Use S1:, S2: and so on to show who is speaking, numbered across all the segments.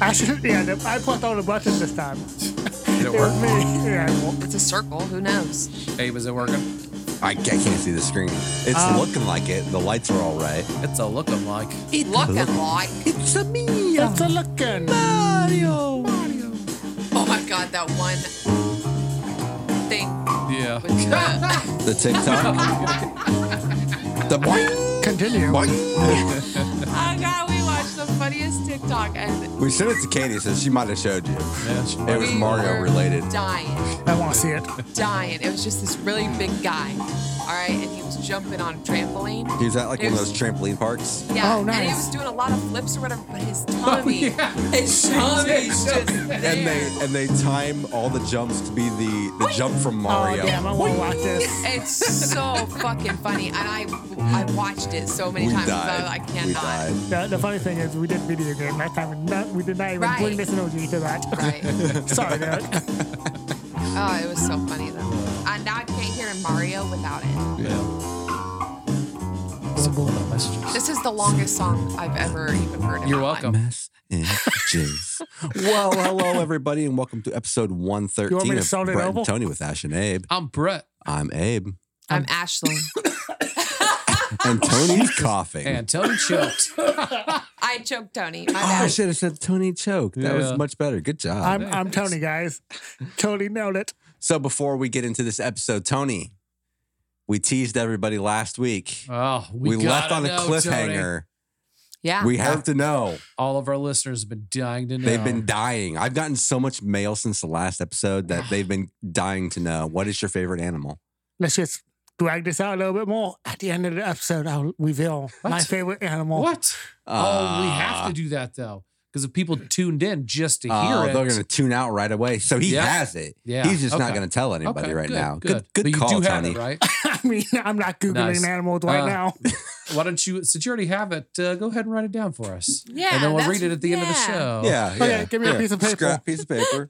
S1: I should, yeah, the, I plucked all the buttons this time.
S2: Did it
S1: It was
S2: work?
S1: me. Yeah, it won't-
S3: It's a circle. Who knows?
S2: Hey, was it working?
S4: I, I can't see the screen. It's
S1: Oh.
S4: looking like it. The lights are all right.
S2: It's a looking like.
S3: Looking like.
S4: It's a me.
S1: it's a looking.
S4: Mario.
S3: Oh my god, that one thing.
S2: Yeah.
S3: With, uh,
S4: The TikTok. the boing.
S1: Continue.
S4: Boing.
S3: oh god, we watched the funniest TikTok and
S4: We sent it to Katie, so she might have showed you.
S2: Yeah.
S4: It was
S3: we
S4: Mario
S3: were
S4: related.
S3: Dying,
S1: I want to see
S4: Oh,
S1: it.
S3: dying. It was just this really big guy. All right, and he was jumping on a trampoline.
S4: He was at like
S3: It
S4: one of
S3: was-
S4: those trampoline parks.
S3: Yeah,
S1: Oh,
S3: and he
S1: nice. Oh,
S3: was doing a lot of flips or whatever, but his tummy,
S2: yeah.
S3: his tummy's just
S4: And they
S3: there.
S4: and they time all the jumps to be the, the jump from
S1: Oh,
S4: Mario.
S1: damn, I want to watch this.
S3: It's so fucking funny, and I I watched it so many
S4: we
S3: times.
S4: died.
S3: I, I cannot.
S4: we died.
S1: The, the funny thing is, we did video game last time. and Not, we did not even
S3: Right.
S1: bring this emoji to that.
S3: Right.
S1: Sorry, Derek.
S3: Oh, it was so funny though. I, now I can't hear Mario without it.
S2: yeah.
S3: This is the longest song I've ever even heard. In
S2: You're
S3: my life.
S2: welcome.
S4: messages. well, hello everybody, and welcome to episode one
S1: You want me
S4: thirteen
S1: to
S4: of
S1: sound it
S4: Brett
S1: over?
S4: and Tony with Ash and Abe.
S2: I'm Brett
S4: I'm Abe,
S3: I'm Ashlyn.
S4: and Tony's coughing.
S2: and Tony choked.
S3: I choked Tony. My
S4: oh, I
S3: bad.
S4: should have said Tony choke. That
S2: Yeah.
S4: was much better. Good job.
S1: I'm, I'm Tony, guys. Tony nailed it.
S4: so before we get into this episode, Tony, we teased everybody last week.
S2: Oh,
S4: we
S2: we,
S4: left
S2: gotta
S4: on a
S2: know, Tony.
S4: cliffhanger.
S3: yeah.
S4: We have to know.
S2: All of our listeners have been dying to know.
S4: They've been dying. I've gotten so much mail since the last episode that they've been dying to know what is your favorite animal?
S1: Let's just drag this out a little bit more. At the end of the episode, I'll reveal my
S2: What?
S1: favorite animal.
S2: What? oh, we have
S4: Uh,
S2: to do that though, because if people tuned in just to hear
S4: Oh,
S2: it,
S4: they're going to tune out right away. So he
S2: Yeah.
S4: has it.
S2: Yeah.
S4: He's just not
S2: Okay.
S4: going to tell anybody
S2: Okay,
S4: right
S2: good,
S4: now.
S2: Good,
S4: Good, good,
S2: but
S4: call,
S2: you do have
S4: Tony.
S2: it, right?
S1: I mean, I'm not Googling
S2: Nice.
S1: animals right
S2: Uh,
S1: now.
S2: Why don't you, since you already have it, uh, go ahead and write it down for us.
S3: Yeah,
S2: and then we'll
S3: that's-
S2: read it at the end of the
S3: yeah.
S2: show.
S4: Yeah.
S1: Okay,
S4: yeah,
S1: give me a
S4: yeah.
S1: piece of paper.
S4: Scrap piece of paper.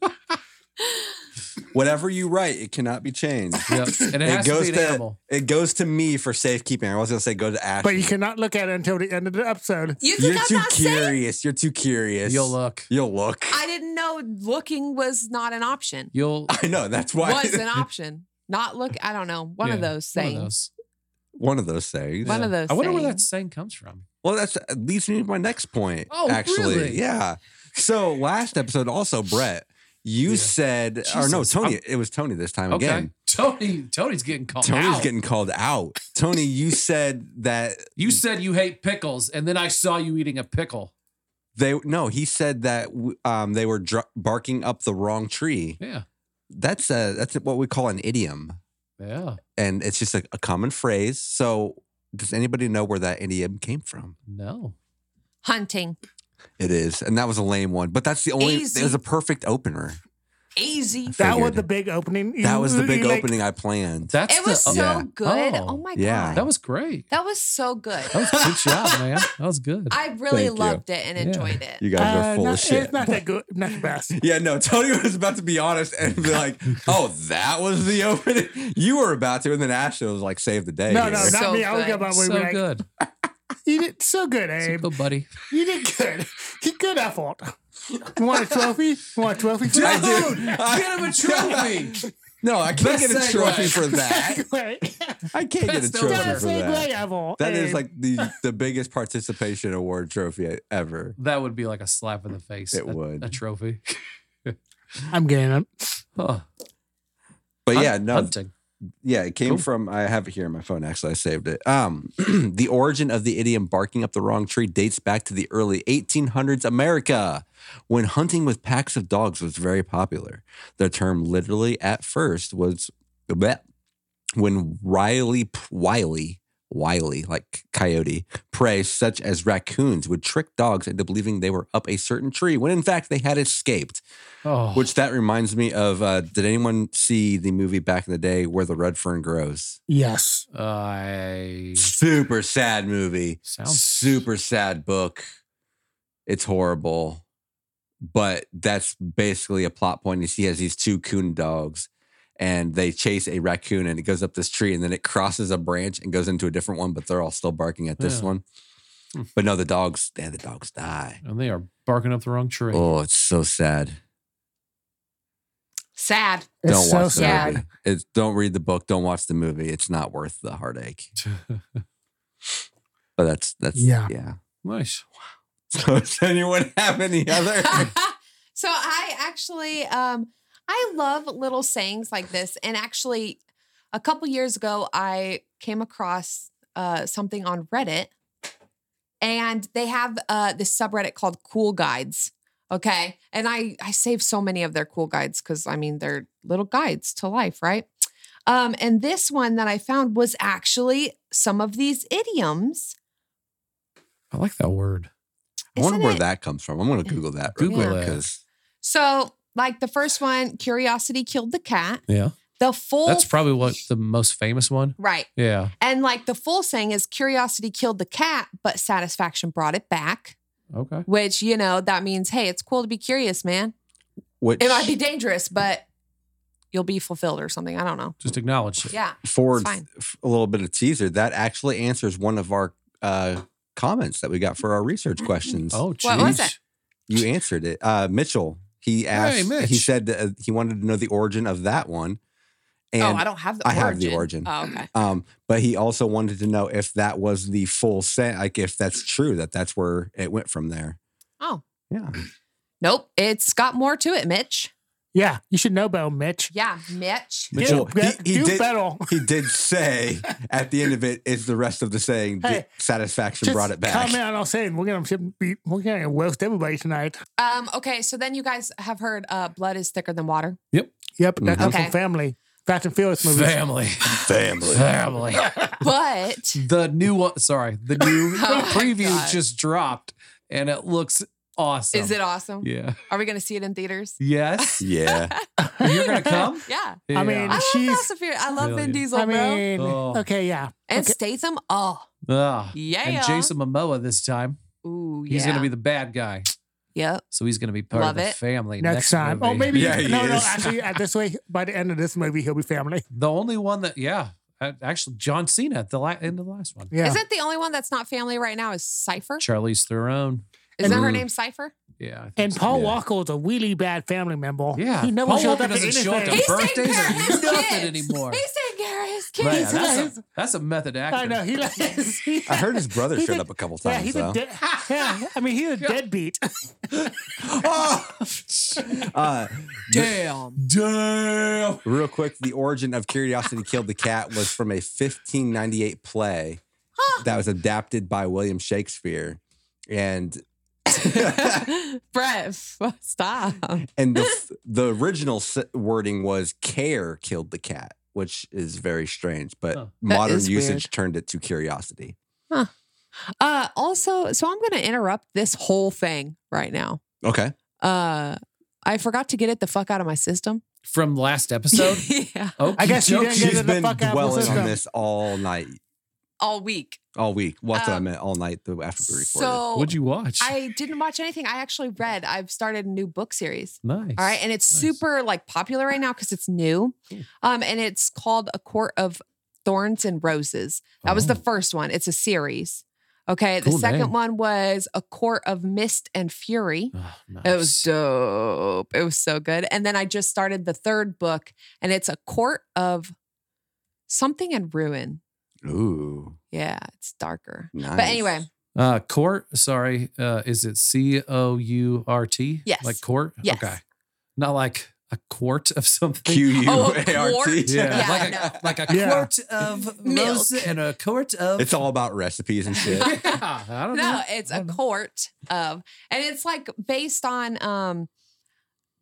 S4: Whatever you write, it cannot be changed.
S2: Yep. And it, has to be an animal.
S4: it goes to me for safekeeping. I was going to say go to Ash.
S1: But you cannot look at it until the end of the episode.
S3: you
S4: You're
S3: think I'm
S4: too
S3: not saying?
S4: curious. You're too curious.
S2: You'll look.
S4: You'll look. I,
S3: I didn't know looking was not an option.
S2: You'll
S4: know. That's why
S3: Was an option. Not look. I don't know. One of
S2: yeah,
S3: those things.
S2: One of those.
S4: one of those things.
S3: One of those
S2: I wonder where that
S3: things.
S2: saying comes from.
S4: Well, that's that leads me to my next point.
S2: Oh,
S4: actually,
S2: really?
S4: yeah. So last episode, also Brett, you
S2: Yeah.
S4: said, or no,
S2: Jesus,
S4: Tony,
S2: I'm-
S4: it was Tony this time
S2: Okay. Oh,
S4: again.
S2: Tony, Tony's getting called
S4: Tony's
S2: out.
S4: getting called out. Tony, you said that
S2: you said you hate pickles, and then I saw you eating a pickle.
S4: they no, he said that um, they were dr- barking up the wrong tree.
S2: Yeah.
S4: That's a that's what we call an idiom,
S2: Yeah.
S4: and it's just a, a common phrase. So, does anybody know where that idiom came from?
S2: No.
S3: Hunting.
S4: It is, and that was a lame one, but that's the only.
S3: Easy.
S4: It was a perfect opener.
S3: Easy.
S4: I
S1: That was
S4: figured.
S1: the big opening.
S4: That was the big
S1: Mm-hmm. Like,
S4: opening I planned.
S2: That's
S3: It was
S2: the,
S3: so
S4: Yeah.
S3: good.
S2: Oh,
S3: Oh, my
S4: yeah.
S3: god.
S2: that was great.
S3: That was so good.
S2: That was good job, man. That was good.
S3: I really
S4: Thank you.
S3: loved it and
S2: Yeah.
S3: enjoyed it.
S4: You guys
S1: uh,
S4: are full
S1: not-
S4: of shit.
S1: It's not that good. Not the best.
S4: Yeah, no, Tony was about to be honest and be like, oh, that was the opening. You were about to, and then Ashley was like, save the day.
S1: No, no,
S4: here.
S1: not
S3: So
S1: me. I would
S3: good.
S1: go by way
S2: so
S1: like,
S2: good.
S1: You did so good,
S2: So
S1: Abe.
S2: good, buddy.
S1: You did good. You good effort. You want a trophy? You want a trophy for
S4: I
S1: that?
S4: do. I-
S2: Get him a trophy.
S4: no, I can't
S2: Best
S4: get a trophy
S2: segue.
S4: for that.
S1: Great.
S4: I can't get a
S2: Best
S4: trophy
S2: opener.
S4: for
S1: Segue
S4: that.
S1: ever,
S4: That is
S1: Abe.
S4: like the, the biggest participation award trophy ever.
S2: that would be like a slap in the face.
S4: It
S2: a,
S4: would.
S2: A trophy.
S1: I'm getting it.
S2: Huh.
S4: But yeah,
S2: Hunt-
S4: no,
S2: Hunting.
S4: yeah, it came
S2: Cool.
S4: from. I have it here on my phone. Actually, I saved it. Um, the origin of the idiom "barking up the wrong tree" dates back to the early 1800s America, when hunting with packs of dogs was very popular. The term literally at first was bleh, when Riley Wiley Wiley like coyote prey such as raccoons would trick dogs into believing they were up a certain tree when in fact they had escaped.
S2: Oh,
S4: Which that reminds me of. Uh, did anyone see the movie back in the day where the red fern grows?
S1: Yes.
S2: I
S4: Super sad movie.
S2: sounds
S4: Super sad book. It's horrible, but that's basically a plot point. You see, he has these two coon dogs, and they chase a raccoon, and it goes up this tree, and then it crosses a branch and goes into a different one, but they're all still barking at this
S2: Yeah. Hmm.
S4: one. But no, the dogs, and the dogs die.
S2: And they are barking up the wrong tree.
S4: Oh, it's so sad.
S3: Sad.
S1: It's
S4: don't
S1: so
S4: watch the
S1: sad.
S4: movie. It's, don't read the book. Don't watch the movie. It's not worth the heartache. But that's that's
S1: Yeah.
S4: yeah.
S2: nice.
S4: So does anyone have any other?
S3: so I actually um I love little sayings like this. And actually a couple years ago I came across uh something on Reddit and they have uh this subreddit called Cool Guides. Okay. And I I save so many of their cool guides cuz I mean they're little guides to life, right? Um and this one that I found was actually some of these idioms.
S2: I like that word.
S4: I wonder
S3: Isn't
S4: where
S3: it-
S4: that comes from. I'm going to Google that.
S2: Google
S4: real quick,
S2: it.
S4: 'cause-
S3: So, like the first one, curiosity killed the cat.
S2: Yeah.
S3: The full
S2: That's probably what the most famous one.
S3: right.
S2: Yeah.
S3: And like the full saying is curiosity killed the cat, but satisfaction brought it back.
S2: Okay.
S3: Which, you know, that means, hey, it's cool to be curious, man.
S4: Which
S3: It might be dangerous, but you'll be fulfilled or something. I don't know.
S2: Just acknowledge it.
S3: Yeah.
S4: for
S3: It's fine.
S4: f- a little bit of teaser that actually answers one of our uh, comments that we got for our research
S3: Mm-hmm.
S4: questions.
S2: Oh, geez.
S3: What was it?
S4: You answered it, uh, Mitchell. He asked.
S2: Mitch.
S4: He said uh, he wanted to know the origin of that one. And
S3: oh, I don't have the
S4: I
S3: origin.
S4: have the origin.
S3: Oh, okay.
S4: Um, but he also wanted to know if that was the full set, like if that's true, that that's where it went from there.
S3: Oh.
S4: Yeah.
S3: Nope. It's got more to it, Mitch.
S1: Yeah, you should know about Mitch.
S3: Yeah, Mitch.
S4: Mitchell,
S1: do, bet-
S4: he- he
S1: do
S4: did-
S1: battle.
S4: He did say at the end of it is the rest of the saying
S1: Hey,
S4: that satisfaction
S1: Just
S4: brought it back.
S1: Comment on saying we're gonna ship- beat, we're gonna roast everybody tonight.
S3: Um, okay, so then you guys have heard uh, blood is thicker than water.
S1: Yep, that
S4: Mm-hmm.
S1: comes
S3: Okay.
S1: from family. Fast and Furious movies.
S2: Family.
S4: Family.
S2: Family.
S3: But
S2: the new one. Sorry. The new
S3: Oh my
S2: preview
S3: God.
S2: just dropped and it looks awesome.
S3: is it awesome?
S2: Yeah.
S3: Are we going to see it in theaters?
S2: Yes.
S4: Yeah.
S2: You're going to come?
S3: Yeah.
S1: I mean,
S3: I love
S1: She's-
S3: Fast and Furious. I love
S2: Really?
S3: Vin Diesel,
S1: I
S3: bro.
S1: mean,
S2: Oh.
S1: okay, yeah.
S3: And
S1: okay.
S3: Statham. Oh,
S2: Ah.
S3: yeah.
S2: And Jason Momoa this time.
S3: Ooh, yeah.
S2: He's going to be the bad guy.
S3: Yep.
S2: So he's going to be part
S3: Love
S2: of the
S3: it.
S2: family
S1: Next, time.
S2: Movie.
S1: Oh, maybe.
S4: Yeah, he
S1: no, no.
S4: is.
S1: Actually, at this way, by the end of this movie, he'll be family.
S2: The only one that, yeah. Uh, Actually, John Cena at the la- end of the last one.
S1: Yeah.
S3: Isn't the only one that's not family right now is Cypher?
S2: Charlie's Theron.
S3: Isn't her
S4: Mm.
S3: name Cypher?
S2: Yeah. I think
S1: and
S2: so.
S1: Paul
S4: Yeah.
S1: Walker was a really bad family member.
S2: Yeah.
S1: He never
S2: Paul
S1: showed
S2: Walker
S1: up to
S2: doesn't
S1: anything.
S2: show up to
S3: He's taking
S2: birthdays
S3: care of his
S2: or nothing
S3: kids.
S2: anymore.
S3: He's taking care of his
S2: Man,
S3: kids.
S2: that's, a, that's a method actor.
S1: I know. He like. he-
S4: I heard his brother
S1: He
S4: showed
S1: did-
S4: up a couple
S1: Yeah,
S4: times
S1: he's
S4: though.
S1: a dead. Yeah, I mean, he's a deadbeat.
S4: Oh! Uh,
S3: Damn.
S2: Damn.
S4: real quick, the origin of Curiosity Killed the Cat was from a 1598 play that was adapted by William Shakespeare. And
S3: Brett, f- stop.
S4: and the, f- the original s- wording was care killed the cat, which is very strange, but
S2: Huh.
S3: That
S4: modern
S3: is
S4: usage
S3: weird.
S4: turned it to curiosity.
S3: Uh, also, so I'm going to interrupt this whole thing right now.
S4: Okay.
S3: Uh, I forgot to get it the fuck out of my system.
S2: From last episode.
S3: yeah.
S2: Okay.
S1: I guess you didn't get
S4: She's
S1: it the
S4: been
S1: fuck out of the
S4: dwelling on
S1: system.
S4: this all night,
S3: All week.
S4: all week. Well, that's what I
S3: Um,
S4: meant, all night the- after we recorded.
S3: So
S2: What'd you watch?
S3: Oh, I didn't watch anything. I actually read. I've started a new book series.
S2: nice.
S3: All right. And it's
S2: Nice.
S3: super like popular right now because it's new.
S2: Cool.
S3: Um, and it's called A Court of Thorns and Roses. That was the
S2: Oh.
S3: first one. It's a series. Okay.
S2: Cool
S3: the second
S2: name.
S3: one was A Court of Mist and Fury.
S2: Ah,
S3: It was
S2: nice.
S3: dope. It was so good. And then I just started the third book, and it's A Court of Something and Ruin.
S4: Ooh,
S3: Yeah, it's darker.
S4: nice.
S3: But anyway,
S2: Uh, court. Sorry. Uh, is it C O U R T?
S3: Yes.
S2: Like court.
S3: Yes.
S2: Okay. Not like a quart of something.
S4: Q U
S3: Oh,
S4: A
S3: a
S4: R T.
S3: quart?
S2: Yeah.
S3: Yeah,
S2: like,
S3: no.
S2: a, like a
S1: Yeah.
S2: quart of
S3: Milk.
S2: rose and a quart of.
S4: It's all about recipes and shit.
S2: yeah. I don't
S3: no,
S2: know.
S3: it's
S2: I
S3: a
S2: don't know.
S3: court of, and it's like based on um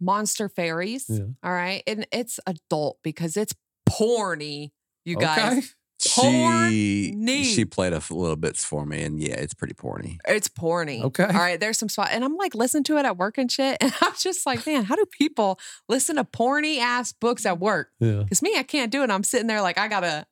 S3: monster fairies.
S2: Yeah.
S3: All right, and it's adult because it's porny. You guys,
S2: Okay.
S4: She
S3: Porny.
S4: she played a f- little bits for me, and yeah, it's pretty porny.
S3: it's porny.
S2: Okay.
S3: All right, there's some spot, and I'm like listening to it at work and shit, and I'm just like, man, how do people listen to porny ass books at work?
S2: Yeah.
S3: Because me, I can't do it. I'm sitting there like I gotta,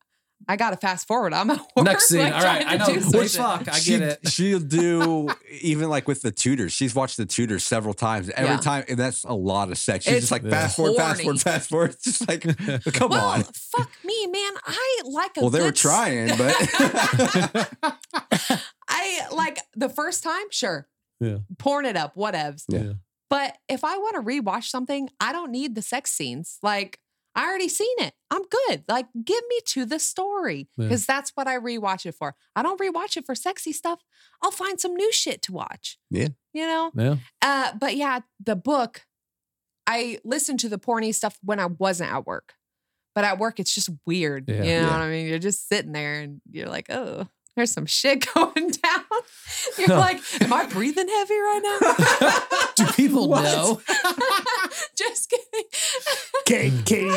S3: I gotta fast forward. I'm at work.
S2: Next scene.
S3: like,
S2: All right. I
S3: trying
S2: know.
S3: to do
S2: What
S3: something.
S2: fuck? I
S4: She-
S2: get it.
S4: She'll do even like with the tutors. She's watched the tutors several times. Every
S3: Yeah.
S4: time, and that's a lot of sex. She's
S3: It's
S4: just like
S2: Yeah.
S4: fast forward, fast
S3: horny.
S4: forward, fast forward. It's just like, come
S3: well,
S4: on.
S3: fuck me, man. I like a
S4: Well, they were
S3: good s-
S4: trying, but
S3: I I like the first time, sure.
S2: Yeah.
S3: Porn it up, whatevs.
S4: Yeah.
S2: Yeah.
S3: But if I want to rewatch something, I don't need the sex scenes. Like I already seen it. I'm good. Like give me to the story
S2: Yeah.
S3: because that's what I rewatch it for. I don't rewatch it for sexy stuff. I'll find some new shit to watch.
S4: Yeah.
S3: You know?
S2: Yeah.
S3: Uh, but yeah, the book, I listened to the porny stuff when I wasn't at work. But at work, it's just weird.
S2: Yeah.
S3: You know
S4: Yeah.
S3: what I mean? You're just sitting there and you're like, oh, there's some shit going down. You're like, am I breathing heavy right now?
S2: Do people
S4: What?
S2: know?
S3: just kidding.
S1: Katie, Katie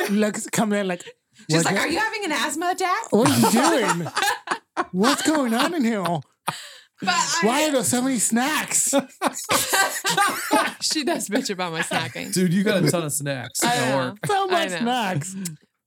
S1: like, looks coming in like,
S3: She's
S1: What
S3: like,
S1: the-
S3: are you having an asthma attack?
S1: what are you doing? What's going on in here?
S3: But I,
S1: Why are there so many snacks?
S3: she does bitch about my snacking.
S2: Dude, you got a ton of snacks.
S3: I
S2: at
S3: know.
S2: work.
S1: So
S3: I
S1: much
S3: know.
S1: snacks.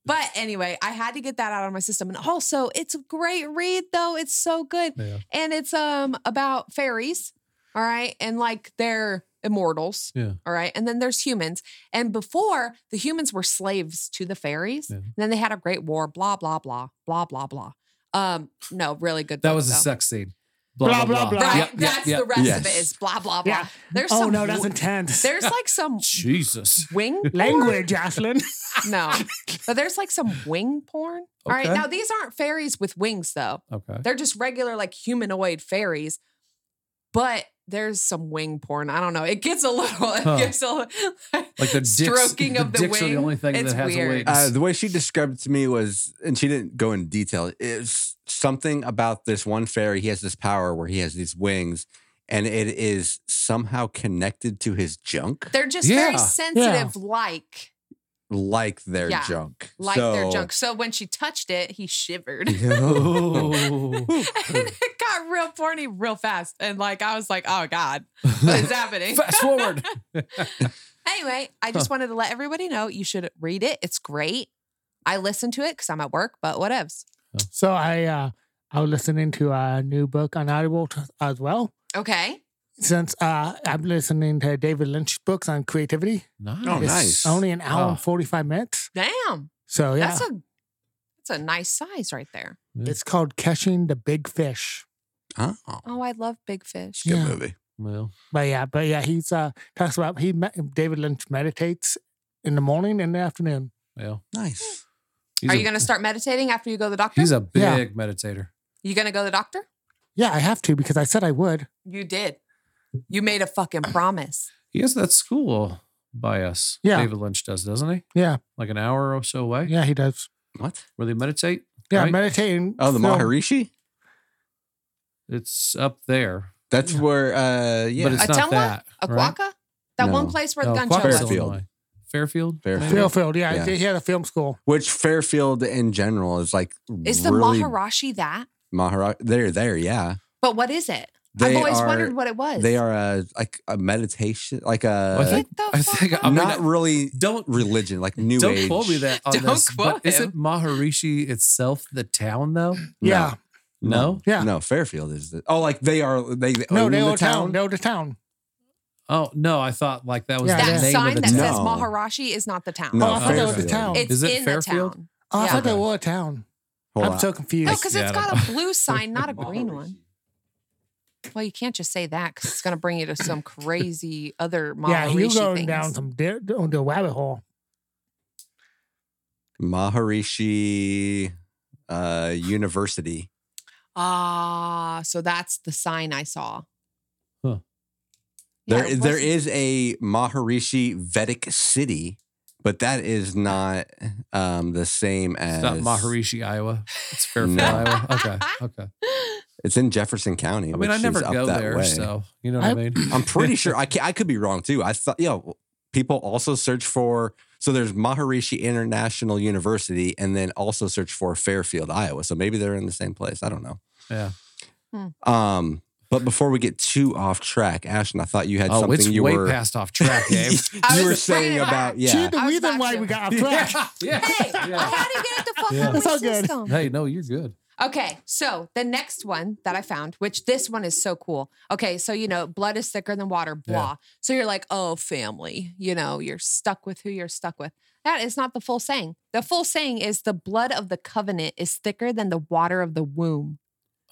S3: But anyway, I had to get that out of my system. And also, it's a great read, though. It's so good.
S2: Yeah.
S3: And it's um about fairies, all right, and like they're immortals.
S2: Yeah.
S3: All right. And then there's humans. And before the humans were slaves to the fairies.
S2: Yeah.
S3: then they had a great war, blah, blah, blah, blah, blah, blah. Um, no, really good.
S2: That
S3: book,
S2: was a
S3: though.
S2: sex scene.
S1: Blah, blah, blah.
S3: Right.
S2: Yep, yep,
S3: that's
S2: yep.
S3: the rest of
S4: Yes.
S3: it is blah, blah, blah.
S1: Yeah.
S3: There's
S1: Oh
S3: some
S1: no, that's
S3: w-
S1: intense.
S3: there's like some
S2: Jesus.
S3: wing
S1: Language, Ashlyn.
S3: No. But there's like some wing porn. All right.
S2: Okay.
S3: Now these aren't fairies with wings though.
S2: Okay.
S3: They're just regular like humanoid fairies. But there's some wing porn. I don't know. It gets a little it
S2: Huh.
S3: gets a little
S2: Like the dicks,
S3: Stroking
S2: the
S3: of the
S2: dicks are the
S3: wing.
S2: only thing
S3: It's
S2: that has
S3: weird.
S2: a
S4: Uh,
S2: wing.
S4: the way she described it to me was, and she didn't go in detail, is something about this one fairy. He has this power where he has these wings, and it is somehow connected to his junk,
S3: they're just
S2: Yeah.
S3: very sensitive like
S4: like their
S3: Yeah,
S4: junk.
S3: like their
S4: So-
S3: junk. So when she touched it, he shivered.
S2: oh.
S3: and it got real porny real fast. And like I was like, oh God, what is happening?
S2: Fast forward.
S3: Anyway, I just wanted to let everybody know you should read it. It's great. I listen to it because I'm at work, but whatevs.
S1: So I uh I was listening to a new book on Audible t- as well.
S3: Okay.
S1: Since uh I'm listening to David Lynch books on creativity.
S2: Nice.
S4: Oh, nice.
S1: Only an hour
S2: Oh.
S1: and forty five minutes.
S3: Damn.
S1: So yeah.
S3: Ah. That's a that's a nice size right there.
S1: it's called Catching the Big Fish.
S4: Oh,
S3: Oh, I love big fish.
S4: it's a good
S1: Yeah.
S4: movie.
S2: Well,
S1: But yeah, but yeah, he's uh talks about he me- David Lynch meditates in the morning and the afternoon.
S2: well.
S4: Nice.
S2: He's
S3: Are
S2: a-
S3: you gonna start meditating after you go to the doctor?
S2: He's a big
S1: Yeah.
S2: meditator.
S3: you gonna go to the doctor?
S1: Yeah, I have to because I said I would.
S3: You did. You made a fucking promise.
S2: He has that school by us.
S1: Yeah.
S2: David Lynch does, doesn't he?
S1: Yeah.
S2: Like an hour or so away
S1: Yeah, he does.
S4: What?
S2: where they meditate.
S1: Yeah,
S2: Right.
S1: meditating.
S4: Oh, the
S1: so-
S4: Maharishi?
S2: It's up there.
S4: That's where, uh, yeah.
S2: But it's
S3: A
S2: not
S3: Tumwa?
S2: that.
S3: A
S2: right?
S3: quaka? That one
S4: No.
S3: place where the
S2: No,
S3: gun
S2: Quaka's
S3: show was.
S4: Fairfield.
S2: Illinois. Fairfield.
S4: Fairfield.
S2: maybe?
S1: Fairfield, yeah,
S4: Yeah.
S1: he had a film school.
S4: Which Fairfield in general is like
S3: Is the
S4: really
S3: Maharashi that?
S4: Mahara- They're there, yeah.
S3: But what is it?
S4: They
S3: I've always
S4: are,
S3: wondered what it was.
S4: They are a like a meditation, like a
S2: I think-
S3: What the
S2: I
S3: fuck?
S2: think I'm-
S4: not
S2: I-
S4: really
S2: Don't
S4: religion, like new
S2: don't
S4: age.
S2: quote me that on
S3: Don't
S2: this.
S3: quote
S2: but isn't Maharishi itself the town though?
S4: No,
S1: Yeah,
S2: No.
S1: yeah.
S4: no. Fairfield is the, oh, like they are they, they
S1: No,
S4: own
S1: they
S4: Oh, the
S1: own
S4: town.
S1: town. They own the town.
S2: Oh no, I thought like that was
S1: Yeah,
S2: the
S1: yeah.
S3: that
S2: name
S3: sign
S2: of the
S3: that
S2: town.
S3: says
S4: No.
S3: Maharashi is not the town.
S4: No,
S1: oh, I thought that was a
S4: Fairfield.
S1: town.
S3: It's
S2: Is it
S3: in
S2: Fairfield?
S3: the town.
S1: oh, I
S3: yeah.
S1: thought that was a town.
S4: Hold
S1: I'm
S4: on.
S1: so
S3: No,
S1: confused.
S3: because
S2: Yeah,
S3: it's
S2: I don't
S3: got a blue sign, not a green one. Well, you can't just say that because it's going to bring you to some crazy other Maharishi
S1: yeah, you're going
S3: things.
S1: down some di- on the rabbit hole.
S4: Maharishi uh, University.
S3: Ah, so that's the sign I saw.
S2: Huh.
S3: Yeah,
S4: there
S3: it
S4: there
S3: wasn't-
S4: is a Maharishi Vedic city, but that is not um, the same as
S2: It's not Maharishi, Iowa. It's Fairfield,
S4: No.
S2: Iowa. Okay. Okay.
S4: It's in Jefferson County.
S2: I
S4: which
S2: mean, I never
S4: is up
S2: go
S4: that
S2: there,
S4: way.
S2: so you know what I,
S1: I-
S2: mean.
S4: I'm pretty sure I, ca- I could be wrong too. I thought, you know, people also search for, so there's Maharishi International University and then also search for Fairfield, Iowa. So maybe they're in the same place. I don't know.
S2: Yeah.
S3: Hmm.
S4: Um, but before we get too off track, Ashton, I thought you had
S2: Oh,
S4: something
S2: it's
S4: you
S2: way
S4: were,
S2: past off track, Dave.
S3: I
S4: you were
S3: was
S4: saying
S3: afraid of
S4: about,
S3: that.
S1: She's
S4: yeah.
S1: the
S3: I was
S1: reason
S3: about
S1: why
S3: to.
S1: we got off track.
S2: yeah.
S3: Hey, I
S2: Yeah.
S3: had to get it the fuck
S2: Yeah.
S3: out of
S1: It's
S3: my
S1: all good.
S3: system.
S2: Hey, no, you're good.
S3: Okay, so the next one that I found, which this one is so cool. Okay, so you know, blood is thicker than water, blah.
S2: Yeah.
S3: So you're like, oh, family, you know, you're stuck with who you're stuck with. That is not the full saying. The full saying is the blood of the covenant is thicker than the water of the womb.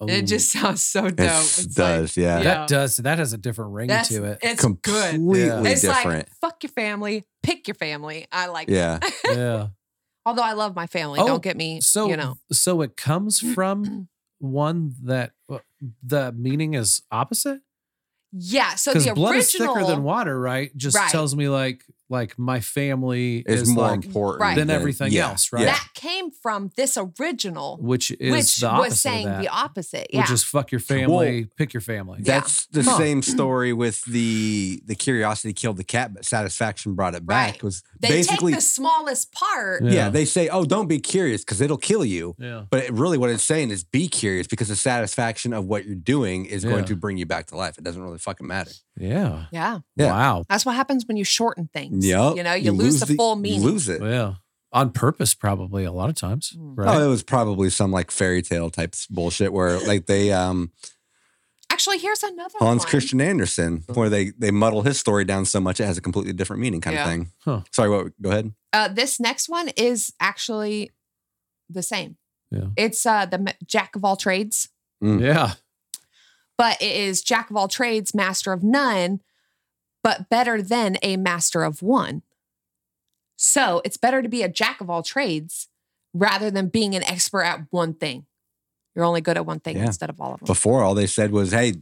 S3: It just sounds so dope.
S4: It
S3: It's like,
S4: does, yeah.
S3: yeah.
S2: that does that has a different ring
S3: that's,
S2: to it.
S3: It's good.
S4: completely
S2: Yeah.
S3: It's
S4: different.
S3: like fuck your family, pick your family. I like. that.
S4: yeah.
S2: yeah.
S3: Although I love my family.
S2: Oh,
S3: don't get me.
S2: So
S3: you know.
S2: so it comes from one that uh, the meaning is opposite.
S3: Yeah. So
S2: because
S3: the
S2: blood
S3: original.
S2: is thicker than water, right? Just
S3: Right.
S2: tells me like like my family
S4: It's
S2: is
S4: more
S2: like,
S4: important
S3: Right.
S2: than everything
S4: yeah,
S2: else, right?
S4: yeah.
S3: That came from this original,
S2: which is
S3: which
S2: the opposite
S3: was saying
S2: of that,
S3: the opposite. Yeah.
S2: which is fuck your family, pick your family.
S3: Yeah.
S4: That's the
S2: Huh.
S4: same story with the the curiosity killed the cat, but satisfaction brought it back.
S3: Right.
S4: Was
S3: they
S4: basically
S3: take the smallest part.
S2: Yeah.
S4: yeah. They say, oh, don't be curious because it'll kill you.
S2: yeah,
S4: But it, really, what it's saying is be curious because the satisfaction of what you're doing is going
S2: Yeah.
S4: to bring you back to life. It doesn't really fucking matter.
S2: yeah,
S3: Yeah.
S4: Yeah.
S2: Wow,
S3: That's what happens when you shorten things.
S4: Yup.
S3: You know, you, lose, the, full
S4: you
S3: meaning.
S4: lose it.
S2: yeah, on purpose probably a lot of times,
S3: Mm.
S2: right?
S4: Oh, it was probably some like fairy tale type bullshit where like they um
S3: Actually, here's another
S4: Hans
S3: one.
S4: Christian Andersen where they they muddle his story down so much it has a completely different meaning kind
S3: Yeah.
S4: of thing.
S2: Huh.
S4: Sorry, what go ahead.
S3: Uh, this next one is actually the same.
S2: Yeah.
S3: It's uh, the ma- jack of all trades,
S2: yeah,
S3: but it is jack of all trades, master of none, but better than a master of one. So it's better to be a jack of all trades rather than being an expert at one thing. You're only good at one thing
S4: Yeah.
S3: instead of all of them.
S4: Before all they said was, "Hey,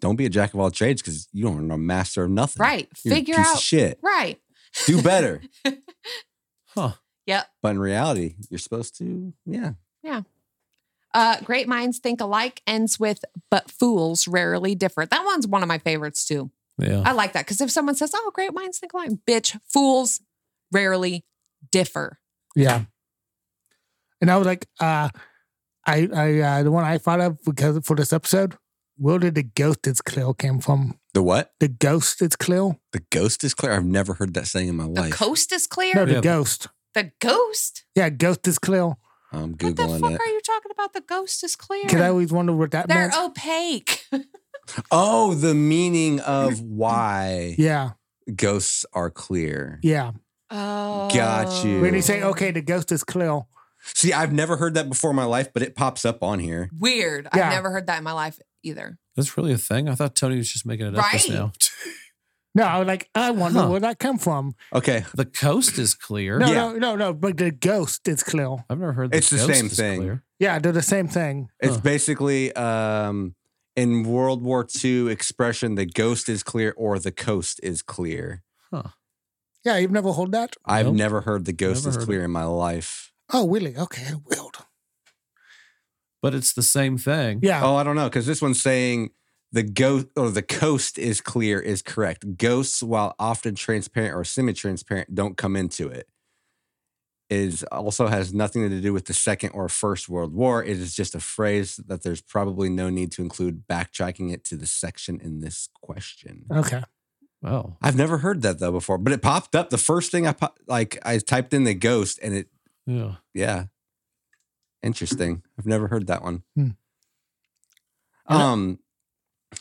S4: don't be a jack of all trades because you don't know master of nothing."
S3: right.
S4: You're a
S3: Figure
S4: piece of
S3: out.
S4: shit.
S3: Right.
S4: Do better.
S2: huh?
S3: Yep.
S4: but in reality, you're supposed to. Yeah.
S3: Uh, great minds think alike ends with, but fools rarely differ. That one's one of my favorites too.
S2: Yeah,
S3: I like that because if someone says, "Oh, great minds think alike," bitch, fools rarely differ.
S1: Yeah. And I was like, uh, I, I, uh, the one I thought of because for this episode, where did the ghost is Cleo came from?
S4: The what?
S1: The ghost is Cleo?
S4: The ghost is clear. I've never heard that saying in my
S3: The
S4: life.
S3: coast is clear.
S1: No, the
S2: Yeah.
S1: ghost.
S3: The ghost.
S1: Yeah, ghost is Cleo.
S4: I'm
S3: What the
S4: googling
S3: fuck
S4: it.
S3: are you talking about? The ghost is clear.
S1: Because I always wonder what that
S3: They're
S1: meant.
S3: opaque.
S4: Oh, the meaning of why
S1: yeah,
S4: ghosts are clear.
S1: yeah.
S3: Oh,
S4: Got you.
S1: When you say, okay, the ghost is Cleo,
S4: See, I've never heard that before in my life, but it pops up on here.
S3: Weird.
S1: Yeah.
S3: I've never heard that in my life either.
S2: that's really a thing. I thought Tony was just making it up just
S3: Right.
S2: now.
S1: no, I was like, I wonder
S2: Huh.
S1: where that come from.
S4: Okay.
S2: The coast is clear.
S1: No,
S4: Yeah.
S1: no, no, no, but the ghost is Cleo.
S2: I've never heard. The
S4: It's the
S2: coast
S4: same
S2: is
S4: thing.
S2: Clear.
S1: Yeah, they're the same thing.
S4: It's
S2: Huh.
S4: basically um, in World War II expression, the ghost is clear or the coast is clear.
S1: Yeah, you've never heard that?
S4: I've
S2: Nope.
S4: never heard the ghost
S2: Never
S4: is
S2: heard
S4: clear in my life.
S1: Oh, really? Okay, I will.
S2: But it's the same thing.
S1: Yeah,
S4: Oh, I don't know, because this one's saying the ghost or the coast is clear is correct. Ghosts, while often transparent or semi-transparent, don't come into it. Is also has nothing to do with the second or first world war. It is just a phrase that there's probably no need to include backtracking it to the section in this question.
S1: okay.
S2: Wow.
S4: I've never heard that though before, but it popped up. The first thing I pop, like, I typed in the ghost, and it,
S2: Yeah.
S4: yeah, interesting. I've never heard that one.
S1: Hmm.
S4: Um,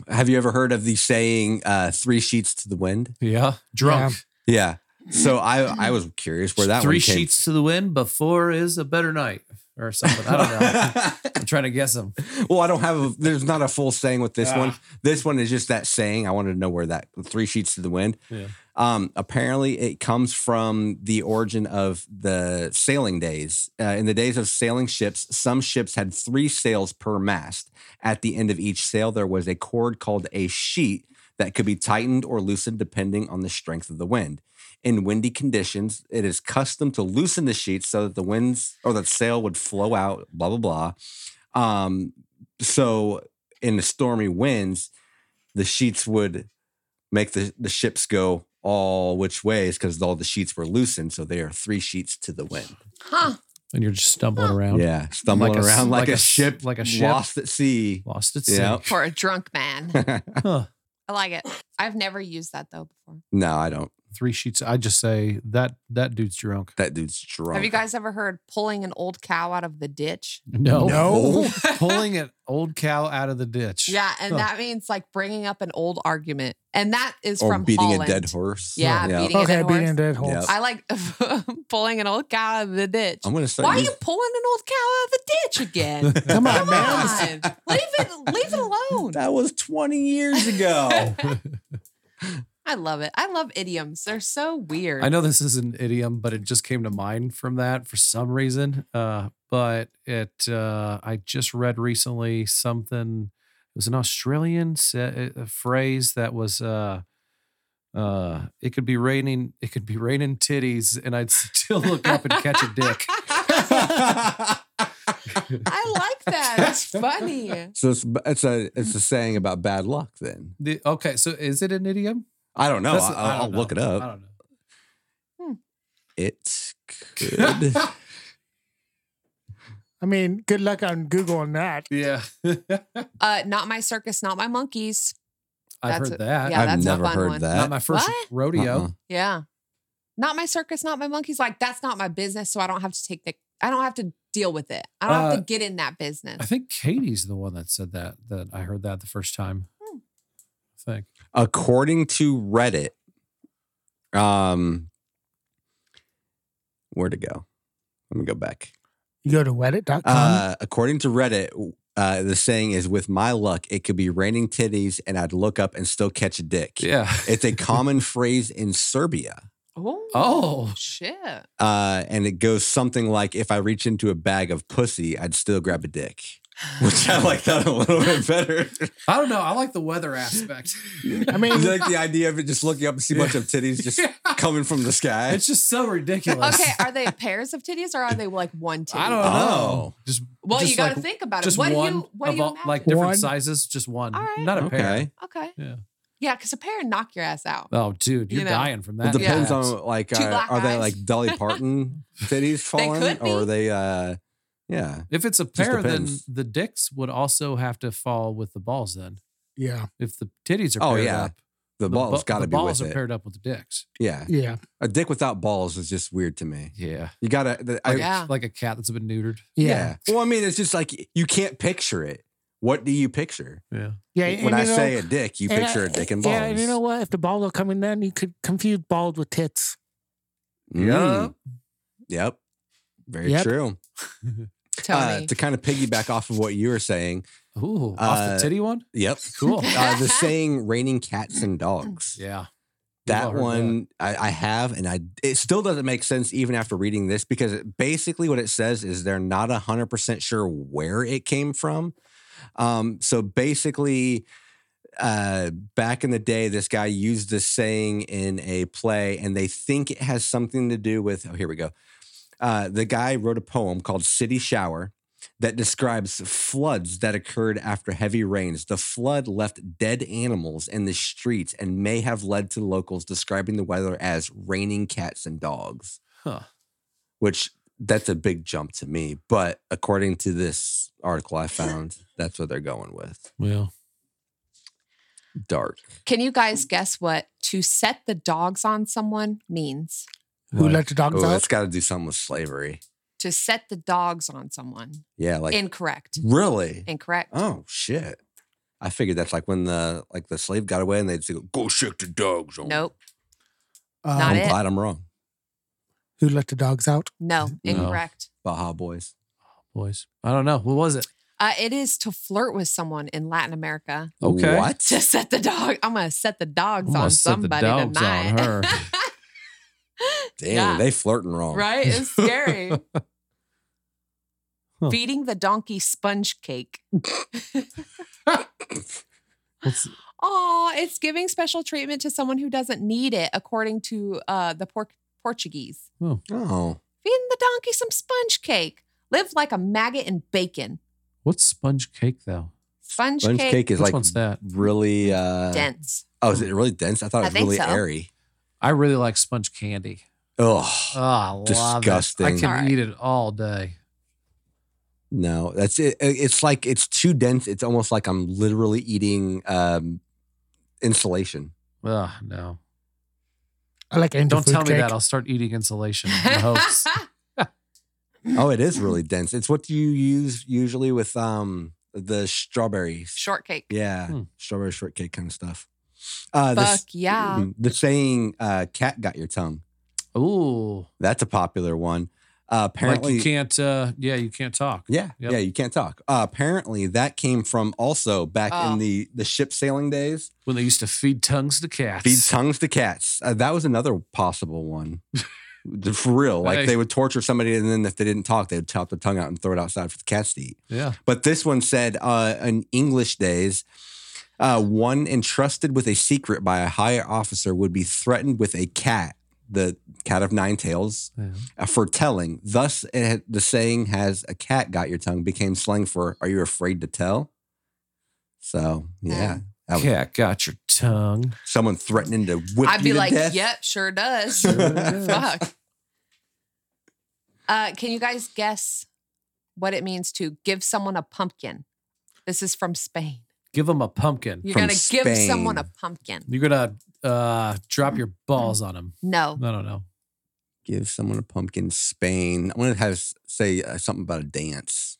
S4: have you ever heard of the saying uh, three sheets to the wind?
S2: Yeah. Drunk.
S4: Yeah. So I, I was curious where that
S2: three
S4: one came.
S2: sheets to the wind before is a better night or something. I don't know. I'm trying to guess them.
S4: well, I don't have. A, there's not a full saying with this
S2: Ah.
S4: one. This one is just that saying. I wanted to know where that three sheets to the wind.
S2: Yeah.
S4: Um, apparently, it comes from the origin of the sailing days. Uh, in the days of sailing ships, some ships had three sails per mast. At the end of each sail, there was a cord called a sheet that could be tightened or loosened depending on the strength of the wind. In windy conditions, it is custom to loosen the sheet so that the winds or that sail would flow out, blah, blah, blah. Um, so in the stormy winds, the sheets would make the, the ships go all which ways because all the sheets were loosened. So they are three sheets to the wind.
S3: Huh.
S2: And you're just stumbling around.
S4: Yeah. Stumbling
S2: Like a s-
S4: around like,
S2: like
S4: a,
S2: a s-
S4: ship,
S2: like a ship.
S4: lost at sea.
S2: Lost its
S4: Yeah.
S2: sync.
S3: For a drunk man.
S4: no,
S2: Huh.
S3: I like it. I've never used that though before.
S4: I don't.
S5: three sheets. I just say that that dude's drunk.
S4: That dude's drunk.
S3: Have you guys ever heard pulling an old cow out of the ditch?
S4: Oh.
S5: No,
S1: No.
S5: pulling an old cow out of the ditch.
S3: Yeah, and
S5: Huh.
S3: that means like bringing up an old argument, and that is
S4: or
S3: from
S4: beating
S3: Holland.
S4: a dead horse?
S3: Yeah, beating a
S1: Okay,
S3: dead
S1: beating a
S3: horse.
S1: dead horse.
S4: Yeah.
S3: I like pulling an old cow out of the ditch.
S4: I'm gonna start.
S3: Why are
S4: using-
S3: you pulling an old cow out of the ditch again?
S1: Come on,
S3: Come
S1: man.
S3: on, leave it, leave it alone.
S4: That was 20 years ago.
S3: I love it. I love idioms. They're so weird.
S2: I know this is an idiom, but it just came to mind from that for some reason. Uh, but it, uh, I just read recently something. It was an Australian sa- uh, a phrase that was, uh, uh, it could be raining, it could be raining titties, and I'd still look up and catch a dick.
S3: I like that. It's funny.
S4: so it's, it's a it's a saying about bad luck. Then
S2: The- okay, so is it an idiom?
S4: I don't know.
S2: That's-
S4: I, I'll,
S2: don't
S4: I'll look it
S2: know. I
S4: up.
S2: don't know.
S4: It could.
S1: I mean, good luck on Google on that.
S2: Yeah,
S3: Uh, not my circus, not my monkeys.
S2: I've
S3: That's
S2: heard
S3: a-
S2: that.
S3: Yeah,
S4: I've
S3: that's a
S4: never
S3: fun
S4: heard
S3: one.
S4: that.
S2: Not my first
S3: What?
S2: rodeo.
S4: Uh-uh.
S3: Yeah. Not my circus, not my monkeys. Like that's not my business, so I don't have to take the I don't have to deal with it. I don't have to
S2: Uh,
S3: get in that business.
S2: I think Katie's the one that said that. That I heard that the first time.
S3: Hmm.
S2: I think.
S4: According to Reddit, um, where to go? Let me go back.
S1: You go to Reddit.com.
S4: Uh, according to Reddit, uh, the saying is, "With my luck, it could be raining titties, and I'd look up and still catch a dick."
S2: Yeah.
S4: It's a common phrase in Serbia,
S3: oh,
S2: Oh.
S3: shit.
S4: uh, and it goes something like, "If I reach into a bag of pussy, I'd still grab a dick," which I like that a little bit better.
S2: I don't know. I like the weather aspect.
S1: I mean,
S4: You like the idea of it just looking up and see a bunch of titties just coming from the sky.
S2: it's just so ridiculous.
S3: Okay, are they pairs of titties or are they like one titty?
S2: I don't know.
S4: Oh.
S2: Just
S3: Well,
S2: just
S3: you got to
S2: like-
S3: think about it.
S2: Just
S3: What do
S2: one
S3: you what
S2: of
S3: do you
S2: all, like
S3: imagine?
S2: different
S1: One?
S2: sizes, just one,
S3: All right.
S2: not a pair.
S4: okay.
S3: Okay.
S2: Yeah.
S3: Yeah, because a pair knock your ass out.
S2: Oh, dude, you're
S3: You know.
S2: dying from
S4: It
S2: that.
S4: depends
S2: perhaps.
S4: on like
S3: Two
S4: uh,
S3: black
S4: are they
S3: eyes.
S4: like Dolly Parton titties falling
S3: could
S4: or are
S3: be.
S4: they uh yeah
S2: if it's a pair, then
S4: depends.
S2: the dicks would also have to fall with the balls. Then
S1: yeah,
S2: if the titties are
S4: Oh,
S2: paired
S4: yeah.
S2: up,
S4: the,
S2: the
S4: balls
S2: bu-
S4: got to
S2: the
S4: be
S2: balls
S4: with
S2: are
S4: it
S2: paired up with the dicks.
S4: yeah
S1: yeah.
S4: a dick without balls is just weird to me
S2: Yeah.
S4: you gotta the, I,
S3: Like, Yeah.
S2: Like a cat that's been neutered.
S1: Yeah.
S4: well I mean it's just like you can't picture it what do you picture
S2: Yeah.
S1: Yeah.
S4: when
S1: and
S4: I
S1: you know-
S4: say a dick you
S1: and
S4: picture
S1: I-
S4: a dick and balls
S1: Yeah, and you know what? If the balls are coming down, you could confuse balls with tits.
S4: Mm. yep very
S1: Yep.
S4: true uh,
S3: Tony.
S4: to kind of piggyback off of what you were saying
S2: Ooh, off
S4: Uh,
S2: the titty one?
S4: yep
S2: Cool.
S4: uh, the saying raining cats and dogs
S2: Yeah.
S4: that
S2: all heard
S4: one I, I have and i it still doesn't make sense even after reading this because it, basically what it says is they're not 100% sure where it came from um, so basically uh, back in the day this guy used this saying in a play and they think it has something to do with oh here we go uh, the guy wrote a poem called city shower that describes floods that occurred after heavy rains. The flood left dead animals in the streets and may have led to locals describing the weather as raining cats and dogs.
S2: Huh.
S4: Which that's a big jump to me, but according to this article I found, that's what they're going with.
S2: Well,
S4: Dark.
S3: Can you guys guess what to set the dogs on someone means?
S1: Who
S2: Right.
S1: let the dogs
S4: Oh,
S1: out?
S4: that's got to do something with slavery.
S3: To set the dogs on someone.
S4: Yeah, like
S3: Incorrect.
S4: really.
S3: Incorrect.
S4: Oh shit! I figured that's like when the like the slave got away and they'd say, "Go shake the dogs." on 'em."
S3: Nope.
S1: Um,
S3: Not
S4: I'm
S3: it.
S4: glad I'm wrong.
S1: Who let the dogs out?
S3: No. Incorrect.
S4: Baja boys.
S2: boys, I don't know. What was it?
S3: Uh, it is to flirt with someone in Latin America.
S2: Okay.
S4: What?
S3: To set the dog. I'm gonna set the dogs
S2: I'm gonna
S3: on
S2: set the
S3: somebody
S2: dogs on
S3: tonight.
S2: her.
S4: Damn,
S3: Yeah.
S4: they flirting wrong.
S3: right? It's scary.
S2: Huh.
S3: Feeding the donkey sponge cake.
S2: What's-
S3: Oh, it's giving special treatment to someone who doesn't need it, according to uh, the por- Portuguese.
S4: Oh,
S3: Feeding the donkey some sponge cake. Live like a maggot in bacon.
S2: What's sponge cake though?
S3: Sponge,
S4: sponge
S3: cake,
S4: cake, is
S2: Which
S4: like
S2: one's that?
S4: really uh
S3: dense.
S4: Oh, is it really dense? I thought
S3: I
S4: it was
S3: think
S4: really
S3: so.
S4: airy.
S2: I really like sponge candy. Oh,
S4: Oh
S2: I love
S4: Disgusting.
S2: It. I can
S3: Alright.
S2: eat it all day.
S4: no, that's it. It- It's like it's too dense. It's almost like I'm literally eating um insulation.
S2: Ugh, no.
S1: I like angel
S2: Don't
S1: food
S2: tell me
S1: cake.
S2: that. I'll start eating insulation. in the hopes.
S3: Mm.
S4: Oh, it is really dense. It's what you use usually with um the strawberry.
S3: Shortcake.
S4: Yeah,
S2: Hmm.
S4: strawberry shortcake kind of stuff. Uh, the,
S3: Fuck
S4: s-
S3: yeah.
S4: the saying uh, "cat got your tongue."
S2: Ooh,
S4: That's a popular one. Uh, apparently,
S2: like you can't. Uh, yeah, you can't talk.
S4: yeah,
S2: Yep.
S4: yeah, you can't talk. Uh, apparently, that came from also back
S3: Oh.
S4: in the the ship sailing days.
S2: When they used to feed tongues to cats.
S4: Feed tongues to cats. Uh, that was another possible one. For real, like
S2: Hey.
S4: they would torture somebody, and then if they didn't talk, they'd chop their tongue out and throw it outside for the cats to eat.
S2: Yeah.
S4: But this one said uh, in English days, uh, one entrusted with a secret by a higher officer would be threatened with a cat, the cat of nine tails,
S2: Yeah.
S4: uh, for telling. Thus, it had, the saying has a cat got your tongue became slang for are you afraid to tell? So,
S3: Mm.
S4: yeah. That was
S2: Cat got your tongue.
S4: someone threatening to whip
S3: I'd
S4: you
S3: be
S4: to
S3: like,
S4: death.
S3: yep, sure does. Fuck. Uh, can you guys guess what it means to give someone a pumpkin? This is from Spain.
S2: Give them a pumpkin.
S3: You're
S4: From
S3: going to give someone a
S4: Spain.
S3: pumpkin.
S2: You're gonna uh, drop your balls on them.
S3: No.
S2: I don't know.
S4: Give someone a pumpkin. Spain. I want to have s- say uh, something about a dance.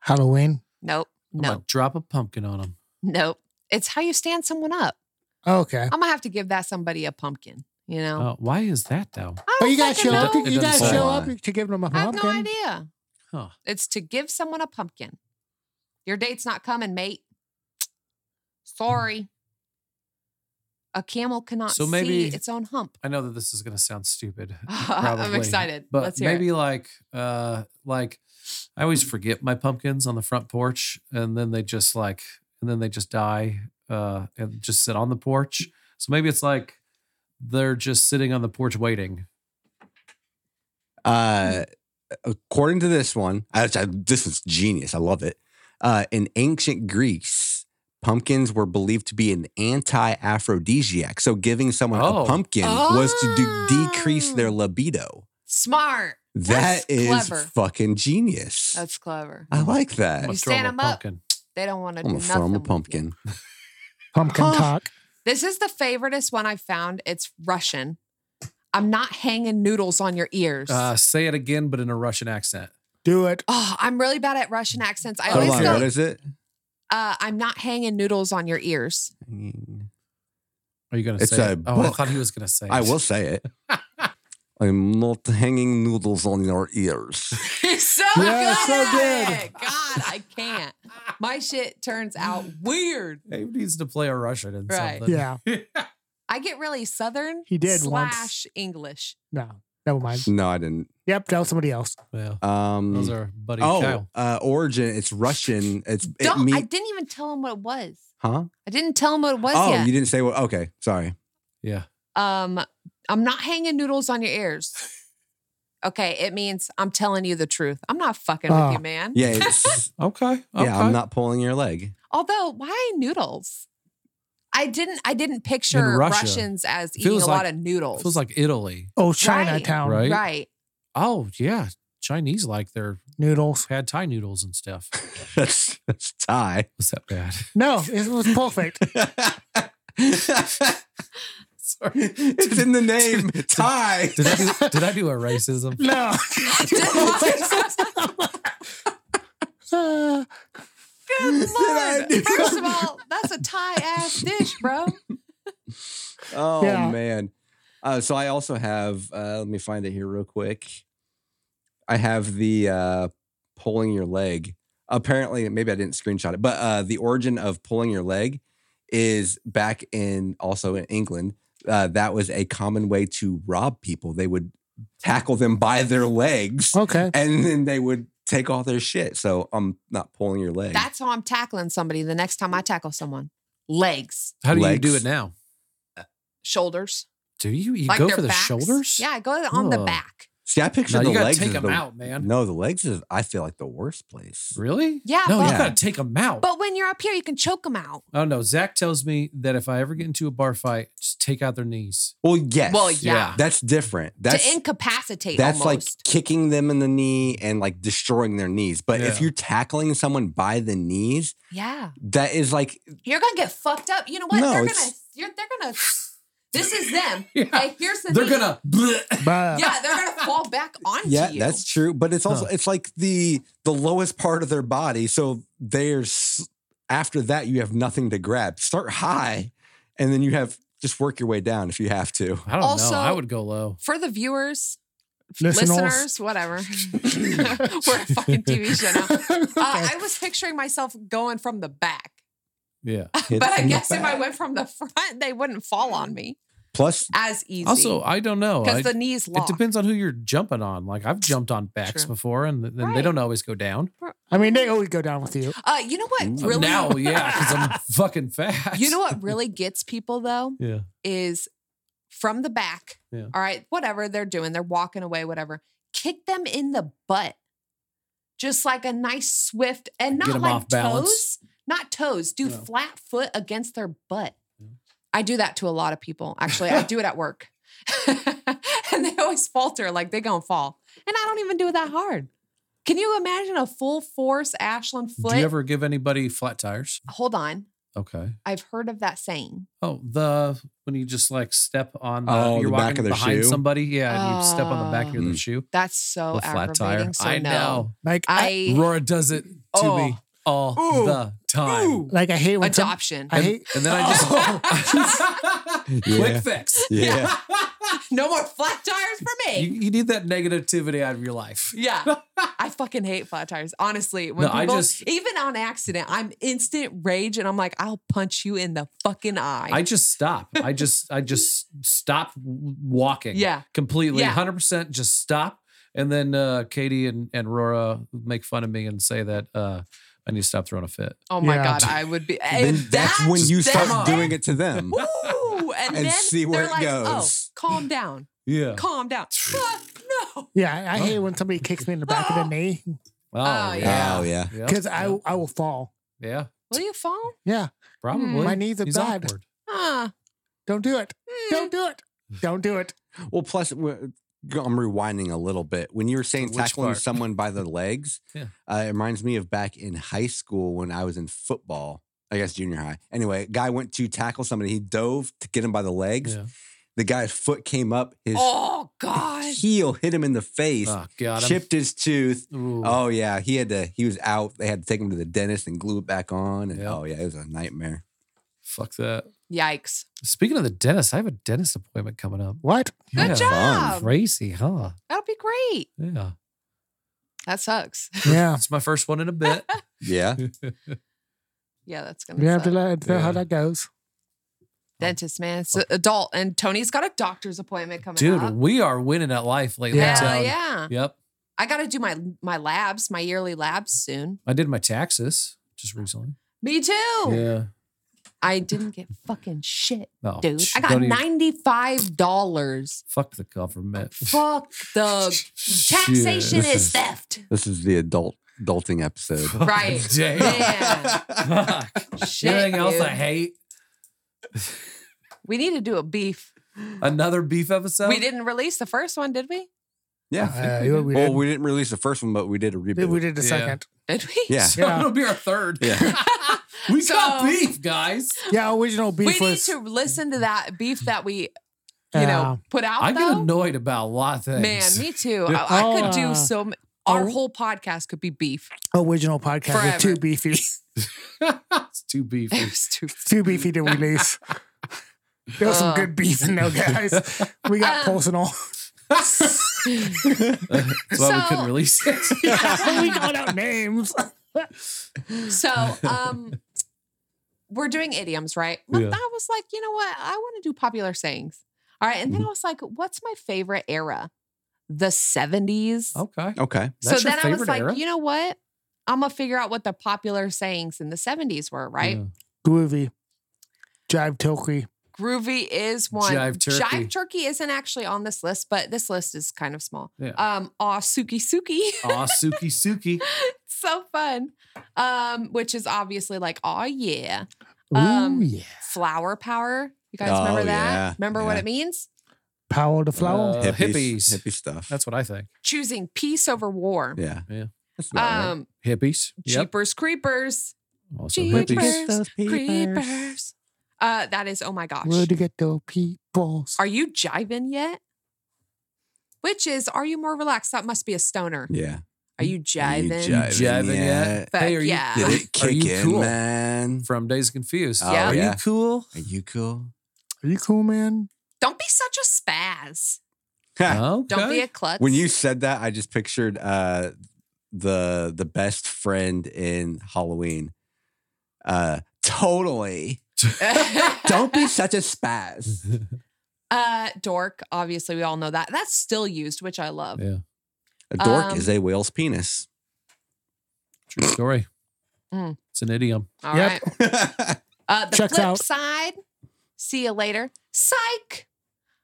S1: Halloween.
S3: Nope.
S2: I'm
S3: No.
S2: gonna drop a pumpkin on them.
S3: Nope. It's how you stand someone up.
S1: Oh, okay.
S3: I'm going to have to give that somebody a pumpkin, you know?
S2: Uh, why is that though?
S4: Oh,
S3: I
S1: But you
S3: don't
S1: guys
S3: fucking
S1: show up.
S2: know.
S1: You
S2: It
S1: guys
S2: doesn't
S1: show
S4: say.
S1: up to give them a
S3: I have
S1: pumpkin.
S3: no idea.
S2: Huh.
S3: It's to give someone a pumpkin. Your date's not coming, mate.
S2: Hmm.
S3: Sorry. A camel cannot
S2: So maybe-
S3: see its own hump.
S2: I know that this is gonna sound stupid.
S3: I'm
S2: probably,
S3: excited.
S2: But
S3: Let's hear
S2: maybe
S3: it.
S2: like uh like I always forget my pumpkins on the front porch and then they just like and then they just die uh and just sit on the porch. So maybe it's like they're just sitting on the porch waiting.
S3: Mm.
S4: Uh, according to this one, I, I- this is genius. I love it. Uh, in ancient Greece, pumpkins were believed to be an anti-aphrodisiac. So giving someone
S2: Oh.
S4: a pumpkin was to de- decrease their
S3: Oh.
S4: libido.
S3: Smart. That's
S4: That is
S3: clever.
S4: fucking genius.
S3: That's clever.
S4: I like
S2: I'm
S4: that.
S2: gonna
S3: You
S2: throw
S3: stand
S2: 'em
S3: 'em
S2: a
S3: up.
S2: pumpkin.
S3: They don't want to do
S4: I'm gonna
S3: nothing.
S4: throw 'em a
S3: with you.
S4: pumpkin.
S1: Pumpkin
S4: Huh.
S1: talk.
S3: This is the favoritest one I found. It's Russian. I'm not hanging noodles on your ears.
S2: Uh say it again but in a Russian accent.
S1: Do it.
S3: oh, I'm really bad at Russian accents. I
S4: Hold
S3: always
S4: on,
S3: go,
S4: what is it?
S3: uh, I'm not hanging noodles on your ears.
S2: Are you gonna
S4: It's
S2: say
S4: a
S2: it? Oh, I
S4: book.
S2: thought he was gonna say
S4: I
S2: it.
S4: will say it. I'm not hanging noodles on your ears.
S3: He's so
S1: Yeah,
S3: good
S1: so
S3: at
S1: good.
S3: it. God, I can't. My shit turns out weird.
S2: He needs to play a Russian in
S3: Right.
S2: something.
S1: Yeah.
S3: I get really southern
S1: He did once.
S3: slash English.
S1: No. Never mind.
S4: no, I didn't.
S1: Yep. That was somebody else.
S2: Yeah.
S4: Um,
S2: Those are buddy
S4: Oh,
S2: Kyle.
S4: uh, origin. It's Russian. It's it
S3: Don't
S4: mean,
S3: I didn't even tell him what it was.
S4: huh?
S3: I didn't tell him what it was
S4: Oh,
S3: yet.
S4: you didn't say what? Okay, sorry.
S2: Yeah.
S3: um, I'm not hanging noodles on your ears. Okay, it means I'm telling you the truth. I'm not fucking
S1: Oh.
S2: Ah.
S3: with you, man.
S4: Yeah, it's,
S2: Okay.
S4: yeah. I'm not pulling your leg.
S3: Although, why noodles? I didn't. I didn't picture
S2: Russia,
S3: Russians as
S2: it
S3: eating a
S2: was
S3: lot
S2: like-
S3: of noodles.
S2: Feels like Italy.
S1: Oh, Chinatown
S2: Right.
S3: right.
S2: Oh yeah, Chinese like their
S1: noodles.
S2: pad Thai noodles and stuff.
S4: that's that's Thai.
S2: Was that bad?
S1: No, it was perfect.
S4: it's
S2: Sorry.
S4: in the name. Thai.
S2: Did I do, did I do a racism?
S1: No. Uh,
S3: Good
S4: I
S3: lord!
S4: do?
S3: First of all, that's a Thai ass dish, bro.
S4: Oh
S1: Yeah.
S4: man. Uh, so I also have. Uh, let me find it here real quick. I have the uh, pulling your leg. Apparently, maybe I didn't screenshot it, but uh, the origin of pulling your leg is back in also in England. Uh, that was a common way to rob people. They would tackle them by their legs,
S1: okay.
S4: and then they would take all their shit. So I'm not pulling your leg.
S3: That's how I'm tackling somebody the next time I tackle someone. Legs,
S2: How do you do it
S4: Legs.
S2: now?
S3: shoulders,
S2: Do you you
S3: like
S2: go
S3: their
S2: for the
S3: backs.
S2: shoulders?
S3: Yeah, I go on the
S2: Ugh.
S3: back.
S4: See, I picture
S2: No,
S4: the
S2: you gotta
S4: legs.
S2: take
S4: as
S2: them
S4: the-
S2: out, man.
S4: No, the legs is I feel like the worst place.
S2: Really?
S3: Yeah,
S2: No,
S3: but,
S2: you
S4: Yeah.
S2: gotta take them out.
S3: but when you're up here, you can choke them out.
S2: oh no, Zach tells me that if I ever get into a bar fight, just take out their knees.
S4: Well, yes.
S3: Well, yeah,
S2: yeah.
S4: That's different. That's
S3: to incapacitate.
S4: that's
S3: almost.
S4: like kicking them in the knee and like destroying their knees. But if
S2: Yeah.
S4: you're tackling someone by the knees,
S3: yeah,
S4: that is like
S3: you're gonna get fucked up. You know what?
S4: No,
S3: they're gonna
S4: it's-
S3: you're, they're gonna This is them.
S2: Yeah.
S3: Like, here's the
S2: They're
S3: thing.
S2: gonna.
S1: But
S3: Yeah, they're gonna fall back onto
S4: Yeah,
S3: you.
S4: that's true. But it's also
S2: Huh.
S4: it's like the the lowest part of their body. So there's after that you have nothing to grab. Start high, and then you have just work your way down if you have to.
S2: I don't
S3: Also-
S2: know. I would go low.
S3: for the viewers,
S1: Listeners.
S3: listeners, whatever. We're a fucking TV show now. Uh, I was picturing myself going from the back.
S2: Yeah.
S4: Hit
S3: but I
S4: from the
S3: guess if I
S4: back.
S3: went from the front, they wouldn't fall on me
S4: plus
S3: as easy.
S2: Also, I don't know. I-
S3: because the knees
S2: it
S3: lock.
S2: depends on who you're jumping on. Like I've jumped on backs
S3: True.
S2: before, and th- then they
S3: Right.
S2: don't always go down.
S1: I mean, they always go down with you.
S3: Uh, you know what
S4: Ooh.
S3: really?
S2: Now, yeah, because I'm fucking fast.
S3: You know what really gets people though
S2: Yeah.
S3: is from the back.
S2: Yeah.
S3: All right, whatever they're doing, they're walking away, whatever. Kick them in the butt, just like a nice swift and
S2: Get
S3: not
S2: 'em
S3: like
S2: off
S3: toes,
S2: balance.
S3: not toes. Do
S2: No.
S3: flat foot against their butt.
S2: Yeah.
S3: I do that to a lot of people. Actually, I do it at work, and they always falter, like they gonna fall. And I don't even do it that hard. Can you imagine a full force Ashland foot?
S2: Do you ever give anybody flat tires?
S3: Hold on,
S2: Okay.
S3: I've heard of that saying.
S2: Oh, the when you just like step on the
S4: Oh,
S2: you're
S4: the back
S2: walking
S4: of their
S2: behind
S4: shoe?
S2: somebody, yeah, and you step on the back of their
S4: Mm.
S2: shoe.
S3: That's so
S2: the flat
S3: Oh,
S2: tire.
S3: aggravating. So
S2: I
S3: no. Oh.
S2: know.
S1: Like I,
S3: I
S2: Rora does it to me all
S4: Ooh.
S2: the time.
S1: like I hate when some-
S3: adoption.
S1: I hate
S2: And then I just
S4: Yeah.
S2: quick fix.
S4: Yeah.
S3: no more flat tires for
S2: You,
S3: me.
S2: you need that negativity out of your life.
S3: yeah, I fucking hate flat tires. Honestly, when
S2: No, I
S3: people,
S2: just-
S3: even on accident, I'm instant rage, and I'm like, I'll punch you in the fucking eye.
S2: I just stop. I just I just stop walking.
S3: Yeah.
S2: Completely.
S3: Yeah.
S2: Hundred percent just stop. And then uh Katie and, and Rora make fun of me and say that uh I need to stop throwing a fit.
S3: oh my
S1: Yeah.
S3: god, I would be.
S4: then
S3: and
S4: that's when you
S3: them.
S4: start doing it to them.
S3: Ooh, and,
S4: and
S3: then
S4: see
S3: they're
S4: where it
S3: like,
S4: goes.
S3: Oh, calm down,
S2: Yeah.
S3: calm down. Fuck, no.
S1: yeah, I- I hate when somebody kicks me in the back of the knee
S3: Oh, Hmm.
S4: yeah. Oh, yeah.
S2: Yep,
S1: because I
S2: yep,
S1: I will fall.
S2: yeah
S3: Will you fall?
S1: Yeah,
S2: probably
S1: my knees are
S2: He's
S1: bad.
S2: awkward.
S3: Huh.
S1: Don't do it.
S3: Hmm.
S1: Don't do it. Don't do it.
S4: Well, plus w- I'm rewinding a little bit. When you were saying
S2: Which
S4: tackling
S2: part?
S4: someone by the legs,
S2: Yeah.
S4: uh, it reminds me of back in high school when I was in football. I guess junior high. Anyway, guy went to tackle somebody. He dove to get him by the legs.
S2: Yeah.
S4: The guy's foot came up. His
S3: Oh god.
S4: heel hit him in the face.
S2: Oh god. I'm-
S4: chipped his tooth.
S2: Ooh.
S4: Oh yeah, he had to. He was out. They had to take him to the dentist and glue it back on. And
S2: Yeah.
S4: oh yeah, it was a nightmare.
S2: Fuck that.
S3: Yikes.
S2: Speaking of the dentist, I have a dentist appointment coming up.
S1: What?
S3: Good
S2: Yeah.
S3: job.
S2: Crazy, huh?
S3: That'll be great.
S2: Yeah.
S3: That sucks.
S1: Yeah,
S2: It's my first one in a bit.
S4: Yeah,
S3: Yeah, that's gonna.
S1: you have
S3: suck.
S1: to let know how
S2: Yeah.
S1: that goes.
S3: dentist, man. It's an adult. And Tony's got a doctor's appointment coming
S2: Oh. Dude,
S3: up.
S2: we are winning at life lately.
S1: Yeah.
S2: I'm
S3: Hell
S2: telling you.
S3: yeah.
S2: Yep.
S3: I got to do my my labs, my yearly labs soon.
S2: I did my taxes just recently.
S3: Me too.
S2: Yeah.
S3: I didn't get fucking shit,
S2: No.
S3: dude.
S2: psh,
S3: I got
S2: don't even-
S3: $95.
S2: Fuck the government.
S3: Fuck the taxation is theft.
S4: this is the adult adulting episode.
S2: Fucking
S3: Right.
S2: damn.
S3: Man.
S2: Fuck.
S3: Shit,
S2: Anything else
S3: dude.
S2: I hate?
S3: We need to do a beef.
S2: Another beef episode?
S3: we didn't release the first one, did we?
S4: Yeah.
S1: Uh, we, we,
S4: Well,
S1: did,
S4: we didn't release the first one, but we did a
S1: we,
S4: reboot.
S1: did the
S2: Yeah.
S1: second.
S3: Did we?
S4: yeah.
S2: So
S1: Yeah.
S2: it'll be our third.
S4: Yeah.
S2: We
S3: So-
S2: got beef, guys.
S1: Yeah, original
S3: We
S1: beef
S3: need
S1: was
S3: to listen to that beef that we, you
S1: uh,
S3: know, put out.
S2: I get
S3: though.
S2: annoyed about a lot of things.
S3: Man, me too. I, I could
S1: Oh, uh,
S3: do so. m- Our
S1: oh.
S3: whole podcast could be beef.
S1: original podcast
S3: Forever.
S1: with two beefy,
S2: it's too beefy.
S3: It was too.
S1: two beefy to release. There was some
S3: Uh.
S1: good beef in there, guys. We got
S3: Uh.
S1: personal.
S2: That's why we
S3: So-
S2: couldn't release it.
S1: we called out names.
S3: So, um, we're doing idioms, right? But
S2: Yeah.
S3: I was like, you know what? I want to do popular sayings. All right,
S2: Mm-hmm.
S3: and then I was like, what's my favorite era? The seventies.
S2: Okay.
S4: Okay.
S2: Oh,
S3: so
S2: that's your
S3: then I was
S2: favorite
S3: like,
S2: era?
S3: you know what? I'm gonna figure out what the popular sayings in the seventies were. Right?
S2: Yeah.
S1: Groovy, jive turkey.
S3: Groovy is one.
S2: Jive turkey.
S3: Jive turkey isn't actually on this list, but this list is kind of small.
S2: Yeah.
S3: Um, aw, suki suki.
S2: Aw, Suki Suki.
S3: so fun. Um, which is obviously like, oh yeah,
S1: Ooh
S3: Um,
S1: yeah,
S3: flower power. You guys
S4: Oh,
S3: remember that?
S4: yeah,
S3: Remember what
S4: yeah.
S3: it means?
S1: power the flower.
S2: Uh,
S4: Hippies,
S2: hippies.
S4: Hippie stuff.
S2: That's what I think.
S3: Choosing peace over war.
S4: yeah.
S2: Yeah.
S4: That's about
S3: Um,
S2: Hippies. Yep.
S3: Jeepers creepers,
S2: Also
S4: right.
S3: Jeepers
S2: hippies.
S3: creepers. Uh, that is oh my gosh.
S1: Where to get the people?
S3: Are you jiving yet? Which is are you more relaxed? That must be a stoner.
S4: Yeah.
S3: Are you jiving?
S2: jiving yet?
S3: Fuck
S2: Hey, are you-
S3: yeah.
S4: Did it
S2: Are
S4: kick
S2: you
S4: in,
S2: cool?
S4: man?
S2: From Days Confused.
S4: Oh,
S3: Yeah.
S2: Are
S4: yeah.
S2: you cool?
S4: Are you cool?
S1: Are you cool, man?
S3: Don't be such a spaz.
S2: Okay.
S3: Don't be a klutz.
S4: When you said that, I just pictured uh, the the best friend in Halloween. Uh, totally. Don't be such a spaz.
S3: uh dork, obviously we all know that. That's still used, which I love.
S2: Yeah.
S4: A dork
S3: Um,
S4: is a whale's penis.
S2: True story.
S3: Mm.
S2: It's an idiom.
S3: All right.
S1: Yep.
S3: Uh, the
S1: Checks
S3: flip
S1: out.
S3: side. See you later. Psych.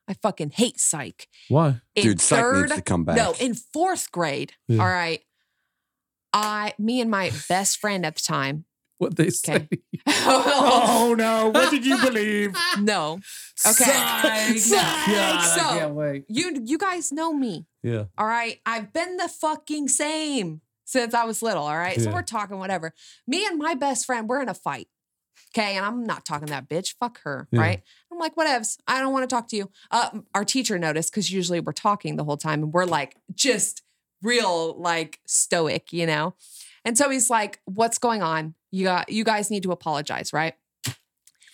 S3: I fucking hate psych.
S2: Why?
S3: In
S4: Dude, psych
S3: third,
S4: needs to come back.
S3: no, in fourth grade.
S2: Yeah.
S3: All right. I, me and my best friend at the time.
S2: What they say.
S3: Okay. no.
S1: Oh no! What did you believe?
S3: Okay. Psych.
S2: God, I
S3: So-
S2: can't wait.
S3: You, you guys know me.
S2: Yeah.
S3: All right. I've been the fucking same since I was little. All right. So
S2: Yeah.
S3: we're talking whatever. Me and my best friend, we're in a fight. Okay. And I'm not talking to that bitch. Fuck her.
S2: Yeah.
S3: Right. I'm like, whatevs. I don't want to talk to you. Uh, our teacher noticed because usually we're talking the whole time and we're like, just real, like stoic, you know? And so he's like, what's going on? You got, you guys need to apologize. Right.
S4: Oh,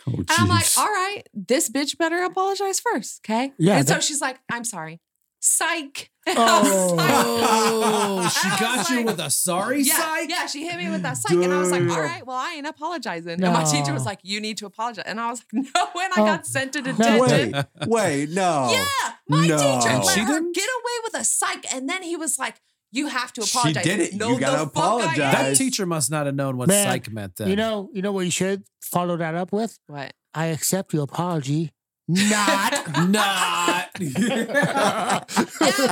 S3: And I'm like,
S4: jeez.
S3: all right, this bitch better apologize first. Okay.
S1: Yeah,
S3: And so
S1: that-
S3: she's like, I'm sorry. Psych. And I was
S1: Oh.
S3: like,
S5: Oh, she
S3: I
S5: got
S3: was
S5: you
S3: like-
S5: with a sorry
S3: yeah,
S5: psych.
S3: yeah, she hit me with that psych, and I was like, "All
S5: Damn.
S3: right, well, I ain't apologizing." And my teacher was
S1: No.
S3: like, "You need to apologize," and I was like, "No," and I
S1: Oh.
S3: got sent to detention.
S1: No
S4: wait, wait, no.
S3: Yeah, my
S4: Oh. No.
S3: teacher
S4: And
S3: let
S2: she
S3: her
S2: didn't?
S3: get away with a psych, and then he was like, "You have to
S4: She
S3: apologize."
S4: did it.
S3: No,
S4: You gotta
S3: the fuck I
S4: apologize.
S3: didn't.
S2: That teacher must not have known what
S1: Man,
S2: psych meant then.
S1: You know, you know what you should follow that up with.
S3: What?
S1: I accept your apology. Not.
S2: not.
S3: Yeah,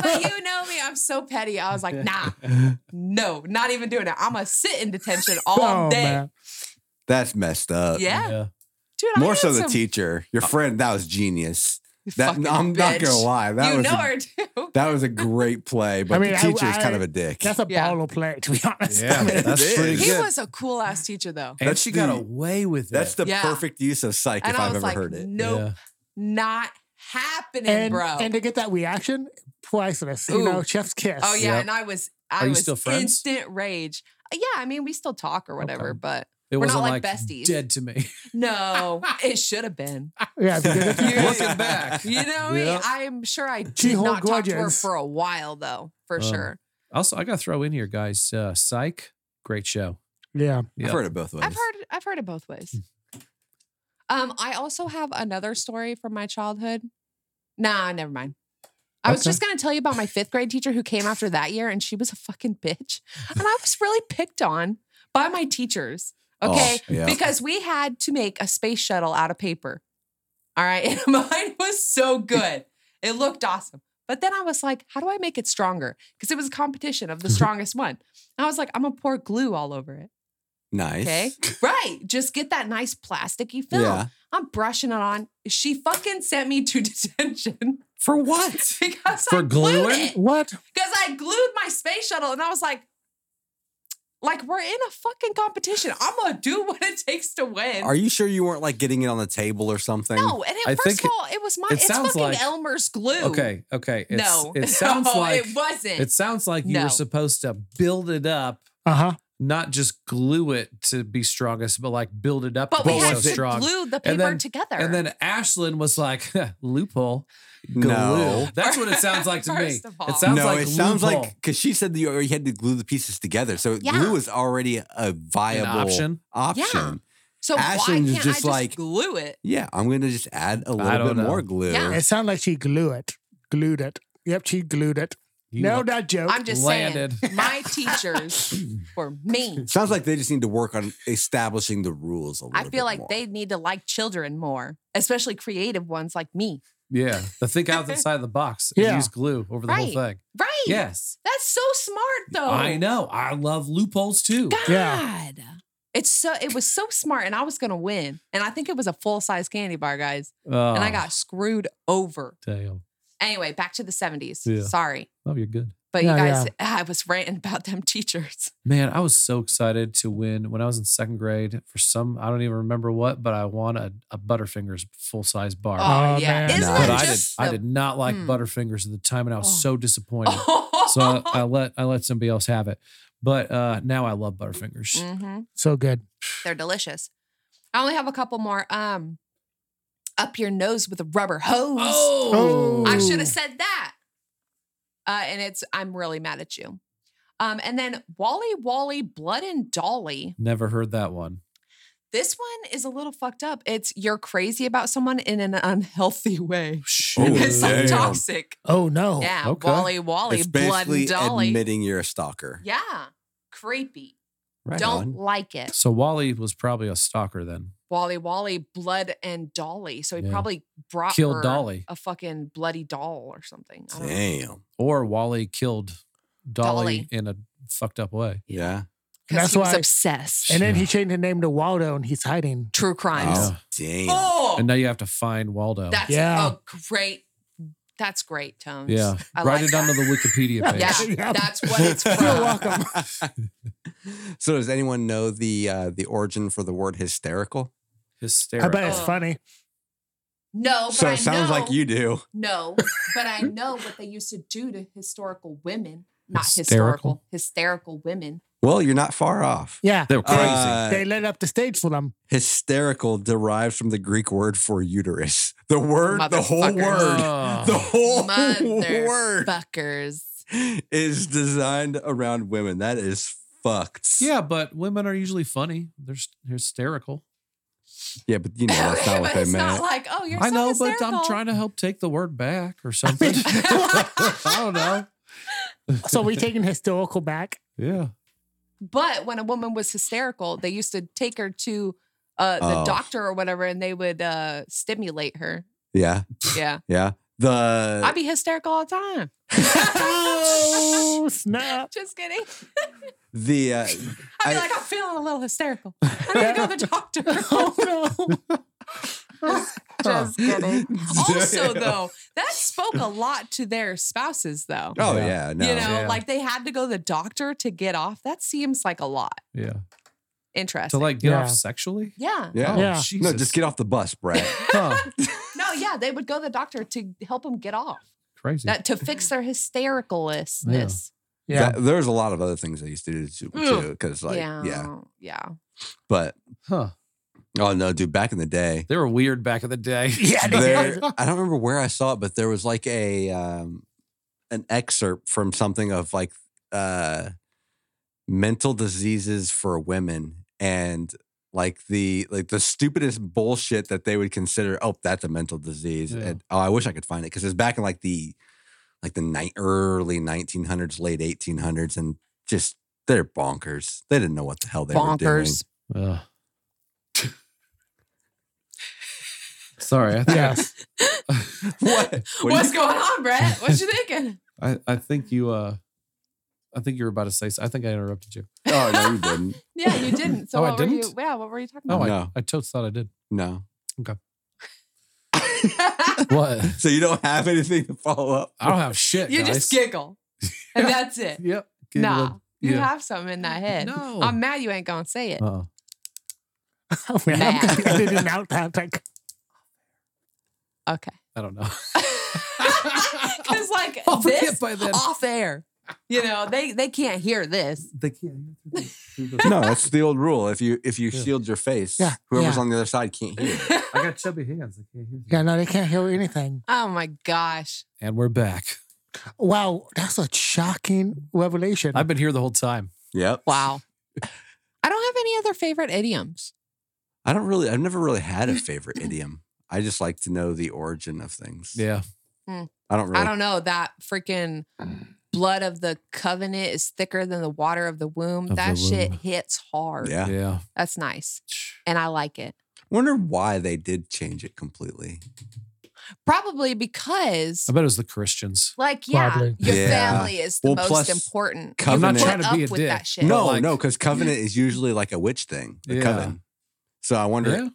S3: but you know me. I'm so petty. I was like, "Nah, no, not even doing it. I'm gonna sit in detention all
S1: Oh,
S3: day."
S1: man.
S4: That's messed up.
S3: Yeah, dude. I
S4: More
S3: had
S4: so the
S3: some-
S4: teacher. Your friend, that was genius.
S3: You
S4: That
S3: fucking
S4: I'm not gonna
S3: bitch.
S4: lie. That
S3: you
S4: was
S3: know
S4: a,
S3: her too.
S4: that was a great play, but
S1: I mean,
S4: the
S1: I-
S4: teacher was kind
S1: I-
S4: of a dick.
S1: That's a
S3: Yeah.
S1: ball of play, to be honest.
S2: Yeah, that's
S4: It
S2: pretty
S4: is.
S3: He
S2: good.
S3: was a cool ass teacher though.
S2: and
S4: That's
S2: she got
S4: the-
S2: away with
S4: That's
S2: it.
S4: the
S3: Yeah.
S4: perfect use of psych
S3: And
S4: if
S3: I
S4: I've
S3: was
S4: ever
S3: like,
S4: heard it.
S3: nope,
S2: Yeah.
S3: not happening,
S1: And,
S3: bro.
S1: and to get that reaction, priceless. You know,
S3: Ooh.
S1: chef's kiss.
S3: oh yeah,
S2: Yep.
S3: and I was, I
S2: Are you
S3: was
S2: still friends?
S3: instant rage. Uh, Yeah, I mean, we still talk or whatever,
S2: Okay.
S3: but
S2: It
S3: We're not
S2: wasn't
S3: like
S2: like,
S3: besties.
S2: dead to me.
S3: no, it should have been.
S1: Yeah, because if you-
S2: Looking back.
S3: You know me.
S2: Yep.
S3: I'm sure I did
S1: She hold
S3: not talk to her
S1: grudges.
S3: for a while though, for
S2: Um,
S3: sure.
S2: Also, I got to throw in here, guys. Uh, Psych, great show.
S1: yeah.
S2: Yeah.
S4: I've heard it both ways.
S3: I've heard, I've heard it both ways. Um, I also have another story from my childhood. Nah, never mind. I was
S2: Okay.
S3: just gonna tell you about my fifth grade teacher who came after that year, and she was a fucking bitch, and I was really picked on by my teachers.
S4: Oh,
S3: Okay,
S4: yeah.
S3: because we had to make a space shuttle out of paper. All right, and mine was so good; it looked awesome. But then I was like, "How do I make it stronger?" Because it was a competition of the
S4: Mm-hmm.
S3: strongest one. I was like, "I'm gonna pour glue all over it."
S4: Nice.
S3: Okay, right? Just get that nice plasticky film.
S4: Yeah.
S3: I'm brushing it on. She fucking sent me to detention
S4: For what?
S3: because I
S2: For
S3: glued
S2: gluing?
S3: it.
S1: What?
S3: Because I glued my space shuttle, and I was like, like we're in a fucking competition. I'm gonna do what it takes to win.
S4: Are you sure you weren't like getting it on the table or something?
S3: no, and it,
S2: I think
S3: first of all, it was my.
S2: it
S3: it's
S2: sounds
S3: fucking
S2: like-
S3: Elmer's glue.
S2: Okay, okay. It's,
S3: no,
S2: it sounds
S3: no,
S2: like
S3: it wasn't.
S2: it sounds like you
S3: No.
S2: were supposed to build it up,
S1: Uh huh.
S2: not just glue it to be strongest, but like build it up
S3: but
S2: to
S3: we
S2: be
S4: What
S3: had
S2: so
S4: was
S3: to
S4: it?
S2: strong.
S3: glue the paper
S2: And then-
S3: together.
S2: And then Ashlyn was like, loophole. Glue.
S4: No.
S2: That's what it sounds like to me.
S3: First of all.
S2: It sounds
S4: no,
S2: like
S4: it sounds
S2: loophole.
S4: like because she said that you already had to glue the pieces together. So
S3: Yeah.
S4: glue is already a
S2: an
S4: viable
S2: option.
S4: option.
S3: so why
S4: Ashton
S3: can't I
S4: is just
S3: just
S4: like-
S3: glue it?
S4: Yeah, I'm gonna just add a little
S2: don't
S4: bit
S2: know.
S4: more glue.
S3: Yeah.
S1: It sounded like she glued it. Glued it. Yep, she glued it.
S2: You
S1: no,
S2: are-
S1: that joke.
S3: I'm just saying,
S2: Landed.
S3: my teachers were mean.
S4: Sounds like they just need to work on establishing the rules a little
S3: I feel
S4: bit
S3: like
S4: more.
S3: they need to like children more, especially creative ones like me.
S2: Yeah. The think outside the box and
S1: Yeah.
S2: use glue over the
S3: Right. Oh.
S2: whole thing.
S3: Right.
S2: Yes.
S3: That's so smart though.
S2: I know. I love loopholes too.
S3: God.
S1: Yeah.
S3: It's so it was so smart and I was gonna win. And I think it was a full size candy bar, guys.
S2: Oh,
S3: And I got screwed over.
S2: Damn.
S3: Anyway, back to the 70s.
S2: Yeah.
S3: Sorry.
S2: Oh, you're good.
S3: But
S1: Yeah,
S3: you guys, I was ranting about them teachers.
S2: Man, I was so excited to win when I was in second grade for some, I don't even remember what, but I won a, a Butterfingers full size bar.
S1: Oh,
S3: Oh, yeah.
S1: man.
S3: Isn't
S4: Nah.
S2: but
S3: that
S2: I did,
S3: just
S2: I
S3: the-
S2: did not like
S3: Hmm.
S2: Butterfingers at the time and I was
S3: Oh.
S2: so disappointed. so uh, I, I let I let somebody else have it. But uh, now I love Butterfingers.
S3: Mhm.
S1: So good.
S3: They're delicious. I only have a couple more. Um, up your nose with a rubber hose.
S1: Oh.
S3: I should have said that. Uh, and it's I'm really mad at you. Um, and then Wally Wally Blood and Dolly.
S2: Never heard that one.
S3: This one is a little fucked up. It's you're crazy about someone in an unhealthy way.
S4: Oh,
S3: it's like
S4: damn.
S3: toxic.
S1: Oh no.
S3: yeah,
S2: okay.
S3: Wally Wally
S4: it's
S3: Blood
S4: basically
S3: and Dolly.
S4: admitting you're a stalker.
S3: yeah, creepy.
S4: Right
S3: Don't
S4: on.
S3: like it.
S2: So Wally was probably a stalker then.
S3: Wally Wally Blood and Dolly. So he
S2: Yeah.
S3: probably brought
S2: Killed
S3: her
S2: Dolly.
S3: a fucking bloody doll or something. I don't know.
S4: Damn.
S2: Or Wally killed Dolly,
S3: Dolly.
S2: in a fucked up way.
S4: Yeah.
S1: And
S3: Because
S1: that's
S3: he was
S1: why-
S3: obsessed.
S1: And then he
S2: Yeah.
S1: changed the name to Waldo, and he's hiding.
S3: True crimes.
S4: Oh, damn. oh.
S3: Oh,
S2: And now you have to find Waldo.
S3: that's
S1: Yeah.
S3: a great. That's great, Tones.
S2: yeah.
S3: I
S2: Write
S3: like
S2: it onto
S3: that.
S2: the Wikipedia page.
S3: Yeah,
S1: Yeah.
S3: that's what it's from.
S1: You're welcome.
S4: so does anyone know the uh, the origin for the word hysterical?
S1: I
S2: Hysterical.
S1: bet it's
S3: Oh.
S1: funny.
S3: No, Oh, but
S4: so
S3: I
S4: it sounds
S3: know,
S4: like you do.
S3: No, but I know what they used to do to historical women. Not
S2: Hysterical?
S3: historical, hysterical women.
S4: Well, you're not far off.
S1: Yeah.
S2: They're crazy.
S4: Uh,
S1: they lit up the stage for them.
S4: hysterical derives from the Greek word for uterus. The word, the whole
S3: Motherfuckers.
S4: word,
S2: Oh.
S4: the whole word
S3: Motherfuckers.
S4: is designed around women. That is fucked.
S2: yeah, but women are usually funny. They're s- hysterical.
S4: Yeah, but you know, that's not what
S3: but
S4: they
S3: it's not
S4: meant.
S3: like, oh, you're
S2: I
S3: so
S2: know, but
S3: hysterical.
S2: I'm trying to help take the word back or something. I don't know.
S1: So we taking historical back.
S2: Yeah.
S3: But when a woman was hysterical, they used to take her to uh, the
S4: Oh.
S3: doctor or whatever, and they would uh, stimulate her.
S4: Yeah,
S3: Yeah,
S4: yeah. The
S3: I'd be hysterical all the time.
S1: Oh snap!
S3: Just kidding.
S4: the uh,
S3: I'd be
S4: I-
S3: like, I'm feeling a little hysterical. I need to go to the doctor.
S1: Oh no!
S3: Just kidding. Also,
S4: Damn.
S3: though, that spoke a lot to their spouses, though.
S4: Oh yeah, no.
S3: You know,
S2: Yeah.
S3: like they had to go to the doctor to get off. That seems like a lot.
S2: Yeah. To
S3: Interesting.
S2: like get
S1: Yeah.
S2: off sexually?
S3: yeah.
S4: yeah.
S2: Oh,
S1: Yeah.
S2: Jesus.
S4: No, just get off the bus, Brad.
S2: Huh.
S3: No, yeah, they would go to the doctor to help them get off.
S2: Crazy.
S3: that to fix their hystericalness.
S1: Yeah,
S4: That- there's a lot of other things I used to do too,
S3: Ugh.
S4: because like, yeah.
S3: yeah, yeah.
S4: But
S2: huh.
S4: oh no, dude, back in the day,
S2: They were weird back in the day.
S1: yeah. They
S4: there,
S1: did.
S4: I don't remember where I saw it, but there was like a um, an excerpt from something of like uh, mental diseases for women and like the like the stupidest bullshit that they would consider. Oh, that's a mental disease.
S2: Yeah.
S4: And oh, I wish I could find it because it's back in like the like the ni- early 1900s, late 1800s, and just they're bonkers. They didn't know what the hell they were doing.
S3: Bonkers.
S2: Ugh. Sorry. I, think
S1: Yes.
S4: What? What do you-
S3: What's going on, Brett? What you thinking?
S2: I, I think you uh I think you were about to say so- I think I interrupted you.
S4: oh no, you didn't.
S3: Yeah, you didn't. So
S2: Oh, I
S3: what were you?
S2: didn't?
S3: Yeah, what were you talking
S2: Oh,
S3: about?
S2: I,
S4: No.
S2: I totes thought I did.
S4: No.
S2: What?
S4: So you don't have anything to follow up.
S2: I don't have shit.
S3: you
S2: guys.
S3: just giggle, and that's it.
S2: Yep.
S3: Nah, you
S2: Yeah.
S3: have something in that head.
S2: No.
S3: I'm mad you ain't gonna say it.
S2: Uh-uh.
S1: Oh, man, I'm
S3: Nah.
S1: gonna do an out tactic.
S3: Okay,
S2: I don't know.
S3: because like
S2: I'll
S3: this
S2: Oh, forget by then.
S3: off air, you know they they can't hear this.
S2: They can't.
S4: No, that's the old rule. If you if you
S2: Yeah.
S4: shield your face,
S1: Yeah,
S4: whoever's
S1: yeah.
S4: on the other side can't hear.
S2: I got chubby hands. I can't hear you.
S1: Yeah, no, they can't hear anything.
S3: oh my gosh!
S2: And we're back.
S1: Wow, that's a shocking revelation.
S2: I've been here the whole time.
S4: Yep.
S3: Wow. I don't have any other favorite idioms.
S4: I don't really. I've never really had a favorite idiom. I just like to know the origin of things.
S2: Yeah.
S4: I don't really.
S3: I don't know that freaking blood of the covenant is thicker than the water of the womb.
S2: Of the
S3: that shit
S2: womb.
S3: hits hard.
S4: yeah.
S2: Yeah.
S3: That's nice. And I like it.
S4: Wonder why they did change it completely.
S3: Probably because
S2: I bet it was the Christians.
S3: like yeah,
S1: Probably.
S3: your
S4: Yeah.
S3: family is the
S4: Well,
S3: most
S4: plus
S3: important.
S2: I'm not
S4: Covenant.
S2: trying
S3: Put
S2: to be
S3: up
S2: a
S3: with
S2: dick.
S3: that shit.
S4: no,
S2: like-
S4: no, because covenant is usually like a witch thing. The
S2: Yeah.
S4: coven. So I wonder
S2: Yeah.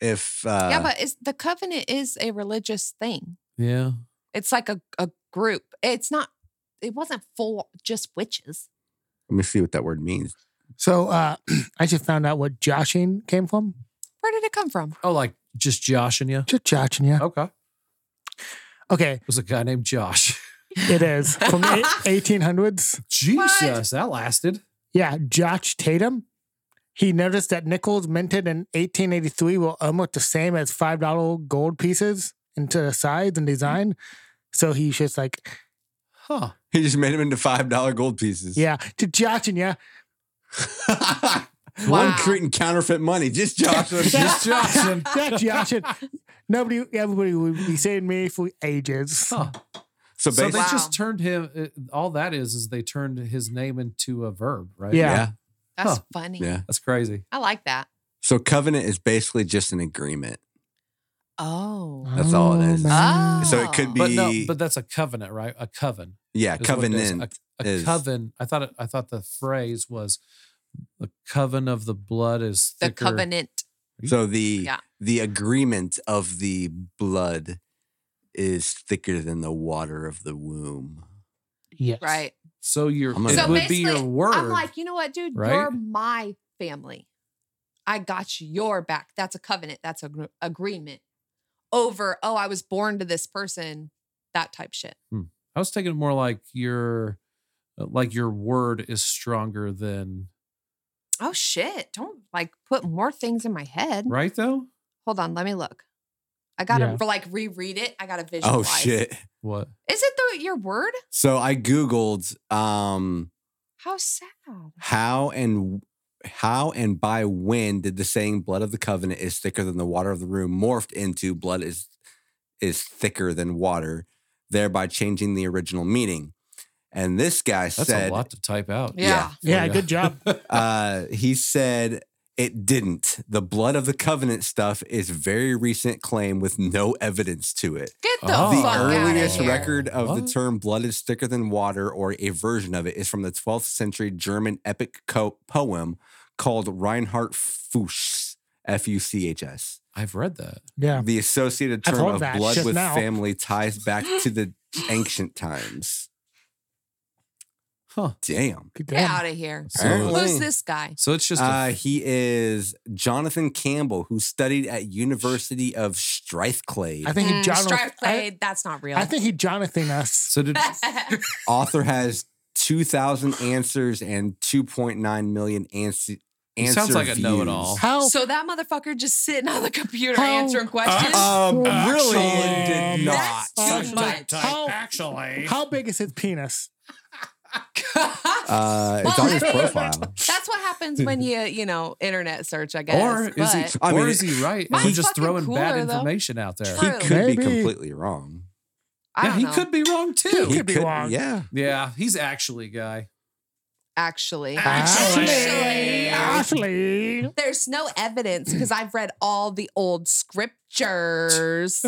S4: if. Uh,
S3: yeah, but it's the covenant is a religious thing.
S2: Yeah.
S3: It's like a, a group. It's not it wasn't full just witches.
S4: Let me see what that word means.
S1: So uh, I just found out what joshing came from.
S3: Where did it come from?
S2: Oh, like just Josh and you?
S1: Just joshing you.
S2: Okay. Oh.
S1: Okay,
S2: was a guy named Josh.
S1: it is from the eighteen hundreds.
S2: Jesus, that lasted.
S1: Yeah, Josh Tatum. He noticed that nickels minted in 1883 were almost the same as five dollar gold pieces into the size and design. So he's just like,
S2: Huh.
S4: He just made him into five dollar gold pieces.
S1: yeah, to joshing you.
S3: Wow.
S4: I'm creating counterfeit money. Just Josh.
S2: Just Joshing.
S1: Yeah, joshing. Nobody, everybody would be saying me for ages.
S2: Huh. So
S4: so basically,
S2: they
S3: Wow.
S2: just turned him. uh, All that is is they turned his name into a verb, right?
S1: Yeah.
S4: yeah,
S3: That's
S2: Huh.
S3: funny.
S4: yeah.
S2: that's crazy.
S3: I like that.
S4: So covenant is basically just an agreement.
S3: Oh.
S4: That's all it is.
S1: man.
S4: So it could be-
S2: Oh. But no,
S4: The-
S2: but that's a covenant, right? A coven.
S4: Yeah,
S2: is what it is.
S4: covenant.
S2: A, a
S4: is-
S2: coven. I thought. It, I thought the phrase was the coven of the blood is
S3: the
S2: thicker.
S3: covenant.
S4: So the
S3: Yeah.
S4: the agreement of the blood is thicker than the water of the womb.
S1: Yes.
S3: Right.
S2: So your
S4: I'm
S2: it
S4: gonna- So
S2: would be your
S3: basically,
S2: word.
S3: I'm like, you know what, dude?
S2: right?
S3: You're my family. I got your back. That's a covenant. That's a gr- agreement over, oh, I was born to this person, that type shit.
S2: I was taking it more like your like your word is stronger than
S3: Oh, shit. Don't like put more things in my head.
S2: right though.
S3: Hold on. Let me look. I got to
S1: Yeah.
S3: like reread it. I got to
S4: Oh
S3: visualize.
S4: shit.
S2: What?
S3: Is it the, your word?
S4: So I googled um
S3: How sad.
S4: how and how and by when did the saying blood of the covenant is thicker than the water of the room morphed into blood is is thicker than water thereby changing the original meaning. And this guy
S2: That's
S4: said
S2: a lot to type out.
S3: Yeah.
S1: Yeah,
S2: Oh, yeah.
S1: good job.
S4: uh, he said it didn't. The blood of the covenant stuff is very recent claim with no evidence to it.
S3: Get the
S2: Oh.
S4: The
S3: fuck
S4: earliest
S3: out of here.
S4: record of the
S2: What?
S4: term blood is thicker than water or a version of it is from the 12th century German epic co- poem called Reinhard Fuchs. F U C H S.
S2: I've read that.
S1: Yeah.
S4: The associated
S1: I've
S4: term
S1: heard
S4: of
S1: that
S4: blood
S1: just
S4: with
S1: now.
S4: family ties back to the ancient times.
S2: Huh.
S4: Damn.
S1: Good
S3: Get
S1: job.
S3: out of here.
S4: Apparently.
S3: Who's this guy?
S2: So it's just a
S4: Uh, he is Jonathan Campbell, who studied at University of Strathclyde.
S1: I think he
S3: Mm,
S1: John.
S3: Strife
S1: I,
S3: played. That's not real.
S1: I think he Jonathan us.
S2: so did
S4: Author has two thousand answers and two point nine million ans-
S2: He
S4: answers.
S2: sounds like a know-it-all.
S1: How?
S3: so that motherfucker just sitting on the computer
S2: Oh.
S1: How-
S3: answering
S2: Uh,
S3: questions.
S4: Um, really?
S1: Actually,
S4: did not.
S3: That's too
S1: Such
S3: much.
S1: type. How-
S5: actually,
S1: how big is his penis?
S4: Uh, it's
S3: Well,
S4: on his
S3: I-
S4: profile.
S3: That's what happens when you, you know, internet search, I guess.
S2: or is he
S4: I
S2: or
S4: mean,
S2: is he right?
S3: Mine's
S2: I'm just
S3: fucking
S2: throwing bad
S3: cooler, though.
S2: information out there.
S4: He
S3: True.
S4: could
S1: Maybe.
S4: be completely wrong.
S3: I
S2: yeah,
S3: don't
S2: he
S3: know,
S2: could be wrong too.
S1: He could be wrong.
S4: Yeah.
S2: yeah, he's actually a guy.
S3: Actually.
S1: Ashley.
S3: Actually.
S1: Ashley.
S3: There's no evidence because I've read all the old scriptures.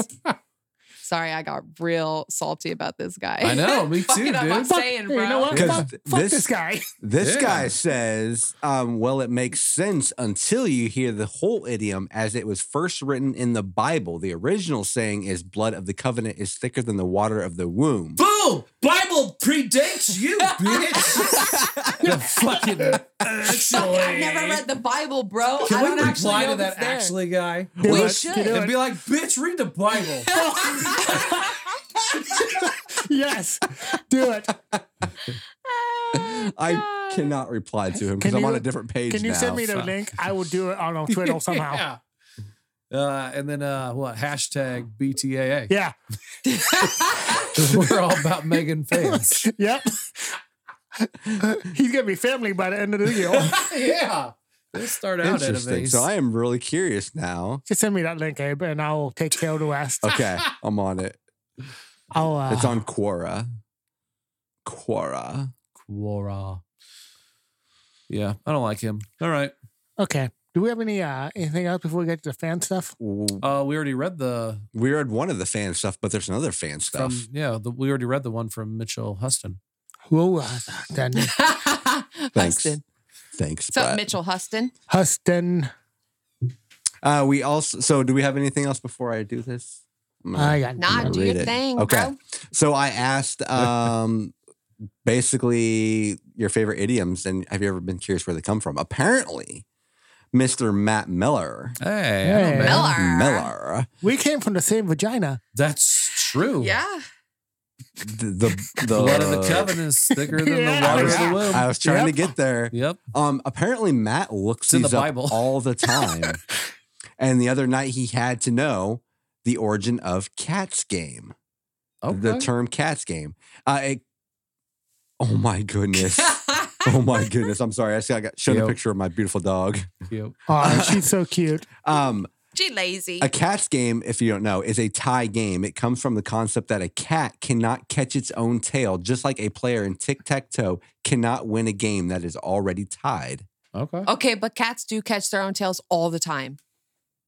S3: Sorry, I got real salty about this guy.
S2: I know, me
S3: Fucking
S2: too,
S3: up I'm
S2: dude.
S1: Fuck-
S3: saying,
S1: hey,
S3: bro.
S1: You know what?
S4: 'Cause
S1: Fuck,
S4: th-
S1: fuck
S4: this-
S1: this guy.
S4: This
S2: Yeah.
S4: guy says, um, well, it makes sense until you hear the whole idiom as it was first written in the Bible. The original saying is blood of the covenant is thicker than the water of the womb.
S2: Boom! Bible predates you, bitch. the fucking actually.
S3: I've never read the Bible, bro. I
S2: Can
S3: don't
S2: we
S3: actually
S2: reply
S3: know
S2: to that
S3: what's there.
S2: actually guy?
S1: Do
S3: We
S1: it.
S3: should.
S1: Do
S2: And
S1: it.
S2: be like, bitch, read the Bible.
S1: Yes. Do it.
S3: Oh,
S4: I
S3: God.
S4: cannot reply to him because
S1: Can
S4: I'm on
S1: you-
S4: a different page
S1: Can you
S4: now.
S1: send me the
S2: fuck.
S1: link? I will do it on, on Twitter somehow. Yeah.
S2: Yeah. Uh, and then uh, what? Hashtag BTAA. We're all about Megan fans.
S1: Yep. He's gonna be family by the end of the year.
S2: yeah. Let's start out
S4: Interesting.
S2: enemies.
S4: So I am really curious now.
S1: Just send me that link, Abe, and I'll take care of the rest.
S4: Okay, I'm on it.
S1: I'll, uh,
S4: It's on Quora. Quora.
S2: Quora. Yeah, I don't like him. All right.
S1: Okay. Do we have any uh, anything else before we get to the fan stuff?
S4: W-
S2: Uh, we already read the
S4: We read one of the fan stuff, but there's another fan stuff.
S2: from yeah. The, we already read the one from Mitchell Huston.
S1: Whoa, uh, then
S4: Thanks.
S3: Huston.
S4: Thanks,
S3: What's up,
S4: Brett.
S3: Mitchell Huston?
S1: Huston.
S4: Uh, we also. So, do we have anything else before I do
S2: Uh,
S4: this? I'm gonna-
S1: I got
S3: Nah,
S4: gonna
S3: do
S4: read
S3: your
S4: it.
S3: thing,
S4: Okay.
S3: bro.
S4: So I asked um basically your favorite idioms and have you ever been curious where they come from? Apparently, Mr. Matt Miller.
S2: Hey, I
S1: Hey.
S2: don't know.
S3: Miller.
S4: Miller,
S1: We came from the same vagina.
S2: that's true.
S3: Yeah.
S4: the the,
S2: The blood of the covenant is thicker than the
S1: Yeah.
S2: water of
S4: I
S2: the
S4: was,
S2: womb.
S4: Uh, I was trying
S1: Yep.
S4: to get there.
S2: Yep.
S4: Um, apparently Matt looks
S2: It's in the
S4: these up
S2: Bible.
S4: all the time, and the other night he had to know the origin of Cat's game. The
S2: Okay.
S4: term Cat's game. Uh, it, oh my goodness. oh my goodness. I'm sorry. I just got, got shown a
S2: Yep.
S4: picture of my beautiful dog.
S2: Yep.
S1: Oh, she's so cute.
S4: Um,
S3: She lazy.
S4: a cat's game, if you don't know, is a tie game. It comes from the concept that a cat cannot catch its own tail, just like a player in tic tac toe cannot win a game that is already tied.
S2: Okay.
S3: Okay, but cats do catch their own tails all the time.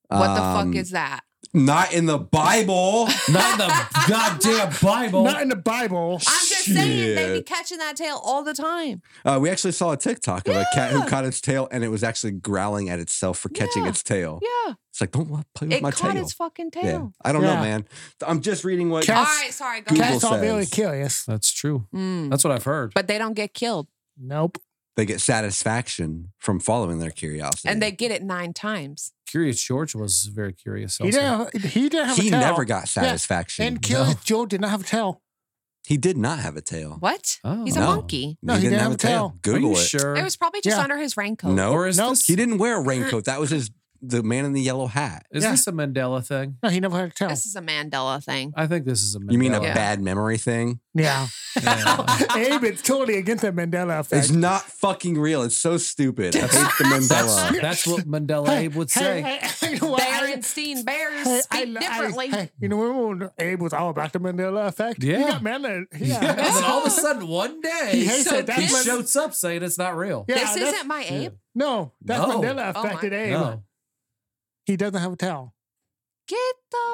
S3: What the
S4: Um,
S3: fuck is that?
S4: not in the Bible?
S2: Not in the goddamn Bible.
S1: Not in the Bible.
S3: I'm just saying they be
S4: Shit.
S3: catching that tail all the time.
S4: Uh, we actually saw a TikTok of a cat who
S3: Yeah.
S4: caught its tail and it was actually growling at itself for catching
S3: Yeah.
S4: its tail.
S3: Yeah.
S4: It's like, don't let- play with
S3: It
S4: my
S3: caught
S4: tail.
S3: its fucking
S4: yeah.
S3: tail.
S4: I don't know,
S1: Yeah.
S4: man. I'm just reading what.
S1: Cat- Cats-
S3: All right, sorry, go
S4: Google
S3: ahead.
S1: Cats are really
S4: says.
S1: curious.
S2: That's true.
S3: Mm.
S2: That's what I've heard.
S3: But they don't get killed.
S1: Nope.
S4: they get satisfaction from following their curiosity.
S3: And they get it nine times.
S2: Curious George was very curious.
S1: He
S2: also.
S1: didn't. Have, he didn't have
S4: he
S1: a tail.
S4: never got satisfaction.
S1: And Curious Joe did not have a tail.
S4: he did not have a tail.
S3: What?
S2: Oh.
S3: He's a
S4: No.
S3: monkey.
S1: No, he didn't have a tail.
S2: Are
S4: Google
S2: you
S4: it.
S2: sure?
S3: It was probably just
S1: Yeah.
S3: under his raincoat.
S4: No,
S2: or is
S1: Nope.
S2: this
S4: he didn't wear a raincoat. That was his the man in the yellow hat.
S2: is
S1: Yeah.
S2: this a Mandela thing?
S1: No, he never had a tail.
S3: This is a Mandela thing.
S2: I think this is a Mandela.
S4: You mean a
S3: Yeah.
S4: bad memory thing?
S1: Yeah.
S2: Yeah.
S1: Abe is totally against the Mandela effect.
S4: It's not fucking real. It's so stupid. I hate the
S2: That's,
S4: Mandela.
S2: that's what Mandela
S1: Hey,
S2: Abe would
S1: hey,
S2: say.
S1: hey, hey, you know what? I-
S3: Berenstein Bears
S1: hey, I-
S3: speak
S1: I-
S3: differently.
S1: hey, you know remember when Abe was all about the Mandela effect? He
S2: Yeah.
S1: got Mandela. Yeah.
S2: Yeah, and then all of a sudden, one
S1: He
S2: day,
S1: hates
S3: So
S1: it.
S2: he
S1: That's
S3: this-
S1: Mand-
S2: shows up saying it's not real.
S1: yeah,
S3: this
S1: that's-
S3: isn't my
S2: Yeah.
S3: ape.
S1: No, that's
S2: No.
S1: Mandela
S3: Oh my-
S1: affected Abe.
S2: No.
S1: He doesn't have a tail.
S3: Get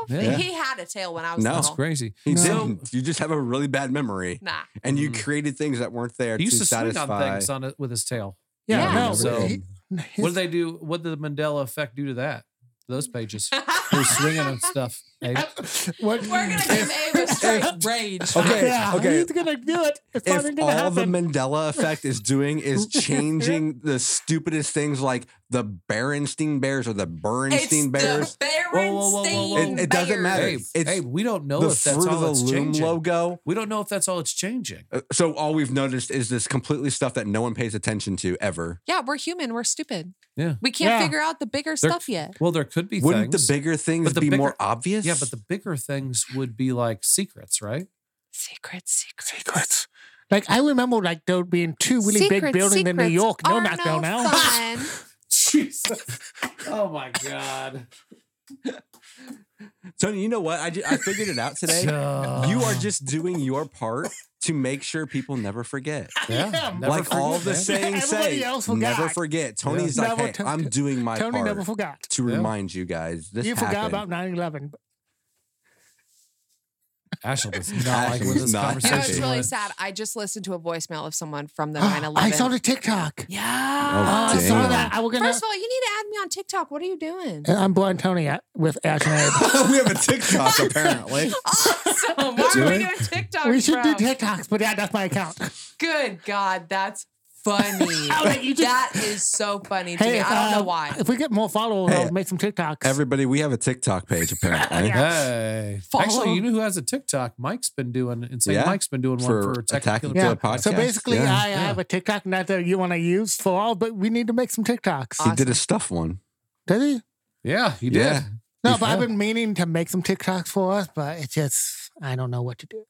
S3: the. f-
S2: Yeah.
S3: He had a tail when I was
S4: No.
S2: That's
S3: little.
S2: crazy.
S4: He
S1: No.
S4: didn't. You just have a really bad memory,
S3: Nah.
S4: and you
S2: Mm.
S4: created things that weren't there
S2: He
S4: to
S2: used to swing on
S4: satisfy.
S2: things on it with his tail.
S1: Yeah,
S3: Yeah.
S1: no.
S2: So-
S1: he- his-
S2: What did they do? What did the Mandela effect do to that? Those pages. They're swinging on stuff. Abe.
S1: what-
S3: We're gonna give Abe a straight rage.
S4: Okay,
S1: yeah,
S4: okay.
S1: He's gonna do it. It's
S4: if
S1: probably gonna
S4: all the
S1: happen.
S4: Mandela effect is doing is changing the stupidest things like the Berenstein Bears or the
S3: It's
S4: Bernstein
S3: the
S4: Bears,
S2: Whoa, whoa, whoa, whoa, whoa.
S3: Berenstein
S4: It- it doesn't matter.
S2: Abe,
S3: Bears.
S4: It's
S2: Abe, we don't know
S4: the
S2: if that's
S4: fruit of
S2: all
S4: the
S2: it's
S4: loom
S2: changing.
S4: logo.
S2: We don't know if that's all it's changing.
S4: Uh, So all we've noticed is this completely stuff that no one pays attention to ever.
S3: Yeah, we're human. We're stupid.
S2: Yeah.
S3: We can't
S1: Yeah.
S3: figure out the bigger
S2: They're-
S3: stuff yet.
S2: Well, there could be
S4: Wouldn't
S2: things.
S4: the bigger things
S2: But the
S4: be
S2: bigger-
S4: more obvious?
S2: yeah, but the bigger things would be like secrets, right?
S3: Secret, secret.
S1: secrets. Like I remember, like there being two really big
S3: Secret
S1: buildings in New
S3: secrets
S1: York. No,
S3: are
S1: not there now.
S3: fun.
S2: Jesus. Oh my God.
S4: Tony, you know what? I, ju- I figured it out today. you are just doing your part to make sure people never forget.
S2: Yeah, never
S4: like all
S2: forget,
S4: the
S2: man.
S4: saying
S1: Everybody
S4: say,
S1: else
S4: never
S1: forgot.
S4: forget. Tony's
S1: Yeah.
S4: like,
S1: Never
S4: hey,
S1: to-
S4: I'm doing my
S1: Tony
S4: part
S1: never forgot.
S4: to
S2: Yeah.
S4: remind you guys this
S1: you forgot
S4: happened.
S1: about 9-11.
S2: Ashel does
S4: Ashel
S2: not like where
S4: does
S2: this
S4: not
S3: You
S2: conversation
S3: know, it's really
S2: went.
S3: sad. I just listened to a voicemail of someone from the 9 11.
S1: I saw the TikTok.
S4: Oh,
S3: Yeah.
S1: Oh, I saw
S4: damn.
S1: that. I was gonna.
S3: First of all, you need to add me on TikTok. What are you doing?
S1: And I'm blind Tony at, with Ash and Abe.
S4: we have a TikTok apparently.
S3: awesome. Why are we doing TikTok?
S1: we should do
S3: from?
S1: TikToks, but yeah, that's my account.
S3: Good God, that's funny.
S1: I was like, you just-
S3: that is so funny to me. I don't
S1: uh,
S3: know why.
S1: If we get more followers,
S4: Hey,
S1: I'll make some TikToks.
S4: Everybody, we have a TikTok page apparently.
S2: Hey,
S3: Follow.
S2: actually, you know who has a TikTok? Mike's been doing. Insane
S4: Yeah,
S2: Mike's been doing
S4: for
S2: one for
S4: attacking
S2: Attacking
S1: yeah.
S2: Killer
S4: Killer
S2: Podcast.
S1: so
S4: Podcast.
S1: basically,
S4: Yeah.
S1: I
S2: Yeah.
S1: have a TikTok, not that you want to use for all, but we need to make some TikToks.
S4: He did a stuff one.
S1: Did he?
S2: Yeah, he did.
S4: Yeah.
S1: No,
S2: He's
S1: but I've
S2: fat.
S1: been meaning to make some TikToks for us, but it's just I don't know what to do.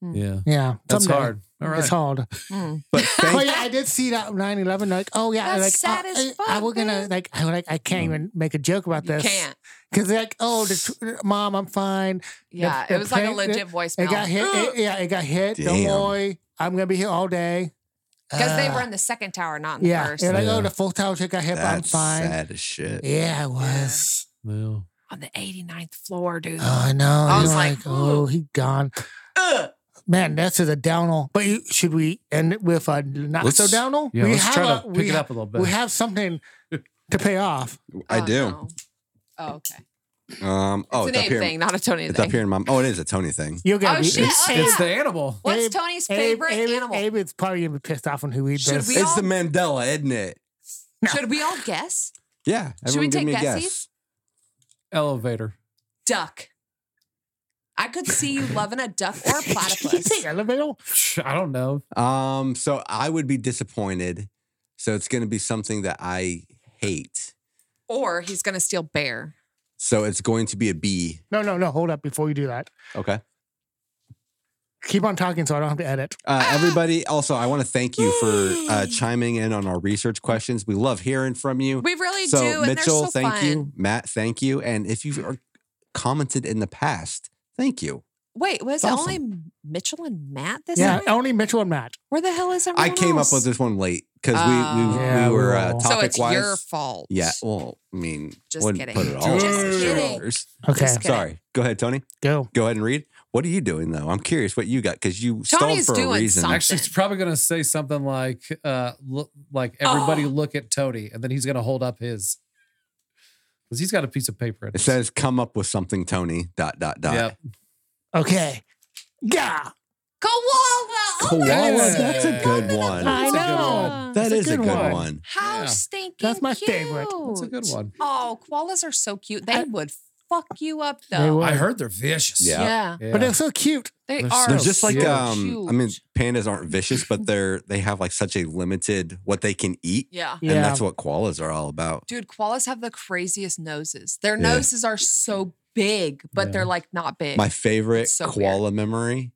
S2: Yeah.
S1: Yeah,
S2: That's
S1: someday.
S2: hard. All right.
S1: It's hard.
S3: Mm.
S4: But
S1: But
S4: thank
S1: yeah, I did see that 9-11, Like, oh yeah,
S3: That's
S1: like
S3: sad
S1: I-
S3: as
S1: I- I,
S3: fuck,
S1: was gonna
S3: man.
S1: like I was like I
S2: Mm.
S1: can't even make a joke about
S3: You
S1: this
S3: can't.
S1: because like oh the tw- mom I'm fine.
S3: Yeah,
S1: the
S3: it was like a
S1: plane-
S3: legit
S1: It
S3: voicemail.
S1: got hit. it- yeah, it got hit. Don't
S4: Damn.
S1: worry, I'm gonna be here all day.
S3: Because they
S1: Uh,
S3: were in the second tower, not in the
S1: yeah,
S3: first.
S1: they're like
S2: Yeah.
S1: oh the full tower chick got hit, but I'm
S4: that's
S1: fine.
S4: sad as shit.
S1: Yeah, it was.
S2: Well,
S3: On the 89th floor, dude.
S4: Uh,
S1: Oh, I know.
S3: I
S1: You're
S3: was like,
S1: oh,
S3: ooh.
S1: he gone.
S3: Oh,
S1: Man, that's just a downer. But you, should we end it with a not
S2: Let's-
S1: so downer?
S2: yeah,
S1: we
S2: let's try to
S1: a-
S2: pick
S1: we
S2: it
S1: ha-
S2: up a little bit.
S1: We have something to pay off.
S4: I
S3: Oh,
S4: do.
S3: no. Oh, okay.
S4: Um, oh,
S3: it's a
S4: it's up
S3: name
S4: here.
S3: thing, not a Tony
S4: It's
S3: thing.
S4: up here in my. Oh, it is a Tony thing.
S1: You'll get
S3: Oh, shit.
S2: It's,
S3: oh,
S2: it's
S3: yeah.
S2: the animal.
S3: What's
S1: Abe-
S3: Tony's
S1: Abe-
S3: favorite
S1: Abe,
S3: animal?
S1: Abe is probably gonna be pissed off on who reads
S3: Should
S1: this.
S3: we-
S4: It's
S3: all-
S4: the Mandela, isn't it?
S3: Should we all guess?
S4: Yeah.
S3: Should we
S4: everyone give
S3: take
S4: me a
S3: guesses?
S4: guess.
S2: Elevator.
S3: Duck. I could see you loving a duck or a
S1: you
S3: platypus.
S1: think elevator?
S2: I don't know.
S4: Um, so I would be disappointed. So it's going to be something that I hate.
S3: or he's going to steal bear.
S4: So it's going to be a B.
S1: No, no, no. Hold up before you do that.
S4: Okay.
S1: Keep on talking so I don't have to edit.
S4: Uh,
S3: Ah!
S4: everybody, also, I want to thank you for uh, chiming in on our research questions. We love hearing from you.
S3: We really
S4: so,
S3: do. and
S4: Mitchell,
S3: they're so
S4: thank
S3: fun.
S4: you. Matt, thank you. And if you've uh, commented in the past, thank you.
S3: Wait, was
S4: It's
S3: it only Mitchell and Matt this
S1: yeah,
S3: time?
S1: only Mitchell and Matt.
S3: Where the hell is
S4: I
S3: everyone
S4: came
S3: else?
S4: up with this one late because we we,
S3: Oh.
S1: Yeah,
S4: we
S1: we
S4: were
S1: were
S4: uh,
S1: all-
S4: topic
S3: So it's
S4: wise.
S3: your fault.
S4: Yeah. Well, I mean,
S3: Just
S4: wouldn't
S3: kidding.
S4: put it all.
S3: Just
S4: on your
S3: kidding.
S4: shoulders.
S1: Okay,
S3: Just kidding.
S4: Sorry. Go ahead, Tony.
S1: go.
S4: Go ahead and read. What are you doing though? I'm curious what you got because you stalled
S3: Tony's
S4: for a
S3: doing
S4: reason.
S3: something.
S2: Actually, it's probably going to say something like, uh, look, like everybody
S3: Oh.
S2: look at Tony, and then he's going to hold up his. Because he's got a piece of paper. in
S4: It
S2: his-
S4: says, "Come up with something, Tony." Dot dot dot.
S2: Yep.
S1: Okay, yeah.
S3: Koala. Oh my
S4: Koala.
S2: Yes.
S4: That's a good one.
S1: I
S2: That's a good
S1: know.
S3: Mm.
S2: one.
S4: That
S1: That's
S4: is
S1: a
S4: a good,
S1: good
S4: one.
S1: one.
S3: How
S2: Yeah.
S3: stinking
S1: That's my
S3: cute.
S1: favorite.
S2: That's a good one.
S3: Oh, koalas are so cute. They
S1: I-
S3: would fuck you up
S1: They
S3: though.
S1: would.
S2: I heard they're vicious.
S4: Yeah.
S3: Yeah.
S1: But they're so cute.
S3: They
S2: They're
S3: are
S4: They're
S2: so
S4: just like
S2: cute.
S4: um. I mean,
S3: Huge.
S4: pandas aren't vicious, but they're they have like such a limited what they can eat,
S3: Yeah.
S1: Yeah,
S4: and that's what koalas are all about.
S3: Dude, koalas have the craziest noses. Their
S4: Yeah.
S3: noses are so big, but
S2: Yeah.
S3: they're like not big.
S4: My favorite
S3: It's so
S4: koala memory.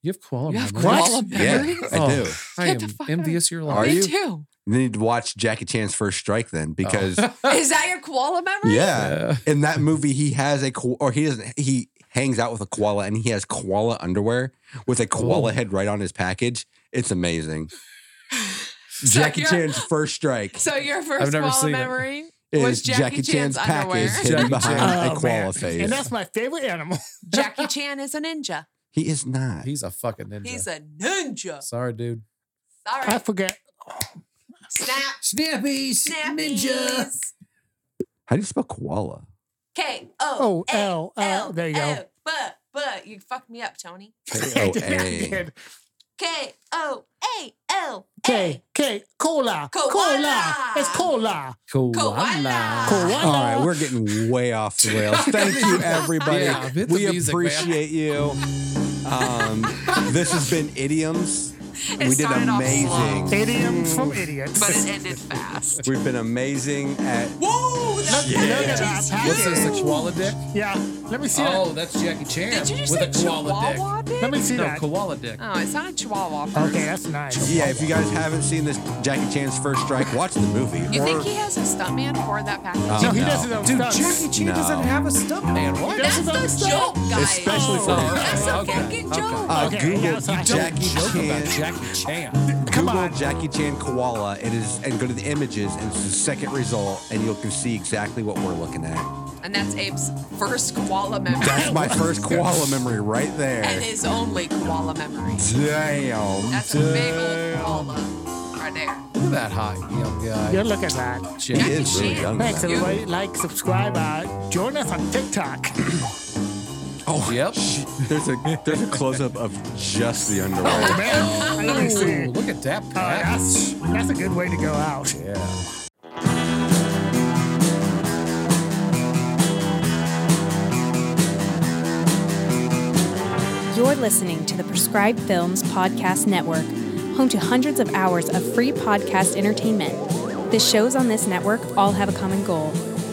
S2: You have koala
S3: you have
S2: memories?
S3: koala
S4: Yeah,
S3: memories?
S4: I
S2: Oh.
S4: do.
S2: I
S3: Get the
S2: am
S3: fuck out of
S2: envious your
S4: Are
S2: life.
S3: Me
S4: you?
S3: too.
S4: You need to watch Jackie Chan's First Strike then, because
S3: Is that your koala memory?
S4: yeah, in that movie he has a ko- or he doesn't he hangs out with a koala and he has koala underwear with a koala
S2: Cool.
S4: head right on his package. It's amazing.
S3: So
S4: Jackie
S3: you're-
S4: Chan's First Strike
S3: So your 1st
S2: never
S3: koala
S2: seen it.
S3: memory
S4: is
S3: was
S4: Jackie,
S3: Jackie
S4: Chan's,
S3: Chan's
S4: package
S3: underwear.
S4: hidden
S2: Jackie
S4: behind
S1: Chan.
S4: a
S1: Oh,
S4: koala
S1: man.
S4: face.
S1: and that's my favorite animal.
S3: Jackie Chan is a ninja.
S4: he is not.
S2: He's a fucking ninja.
S3: He's a ninja.
S2: Sorry, dude.
S1: I
S3: Sorry.
S1: forget.
S3: Snap.
S2: Snappy,
S3: Snappies.
S4: How do you spell koala?
S3: K
S1: Oh,
S3: O
S1: L,
S3: A
S1: L. There you go.
S3: L. But but you fucked me up, Tony.
S2: Oh,
S1: I did, I
S4: K-O-A.
S1: did.
S3: K O A L
S1: K K cola
S3: Koala.
S1: cola. It's cola.
S3: Koala.
S1: Koala.
S4: All right, we're getting way off the rails. Thank you, everybody.
S2: Yeah, hit the
S4: we
S2: music, man.
S4: appreciate you. Um, this has been Idioms. we did
S3: started off
S4: amazing.
S1: Idioms from idiots.
S3: But it ended fast.
S4: We've been amazing at
S3: Whoa! That
S1: Look at that. I'm
S2: What's
S1: happy.
S2: this, a koala dick?
S1: Yeah. Let me see
S2: Oh, that's Jackie Chan
S3: Did you just
S2: with a
S3: say
S2: koala
S3: chihuahua?
S1: that.
S3: Dick?
S1: Let me see
S2: dick. No,
S1: that.
S2: koala dick.
S3: Oh, it sounded chihuahua. First.
S1: Okay, that's nice.
S4: yeah. If you guys haven't seen this Jackie Chan's first strike, watch the movie.
S3: You
S4: or,
S3: think he has a stuntman for that package?
S4: Oh,
S1: No, he
S4: no.
S1: does his own
S2: Dude,
S1: stunts.
S2: Jackie Chan
S4: No.
S2: doesn't have a stunt man. What?
S1: That's
S3: That's
S1: his own
S3: the
S1: stunt.
S3: joke, guys.
S4: Especially for him.
S3: That's a
S2: Okay,
S3: fucking
S2: okay.
S3: joke.
S4: uh,
S1: Okay,
S4: Google
S1: yeah, so I-
S4: Jackie Chan.
S2: Jackie Chan.
S1: Come
S4: Google
S1: on.
S4: Jackie Chan koala. It is, and go to the images, and it's the second result, and you can see exactly what we're looking at.
S3: and that's Abe's first koala memory.
S4: That's my first koala memory right
S3: and
S4: there.
S3: his only koala memory.
S4: Damn.
S3: That's a big old koala right there.
S2: Look at that hot young guy.
S1: Yeah, look at that.
S2: Jackie
S4: He is really
S3: Chan.
S4: young.
S1: Thanks,
S4: man.
S1: everybody. Like, subscribe. Uh, join us on TikTok.
S4: Oh,
S2: Yep.
S4: There's a there's a close up of just the underwear.
S1: Man, let me see.
S2: Ooh, look at that.
S1: Oh, that's, that's a good way to go out.
S2: yeah.
S6: You're listening to the Prescribed Films Podcast Network, home to hundreds of hours of free podcast entertainment. The shows on this network all have a common goal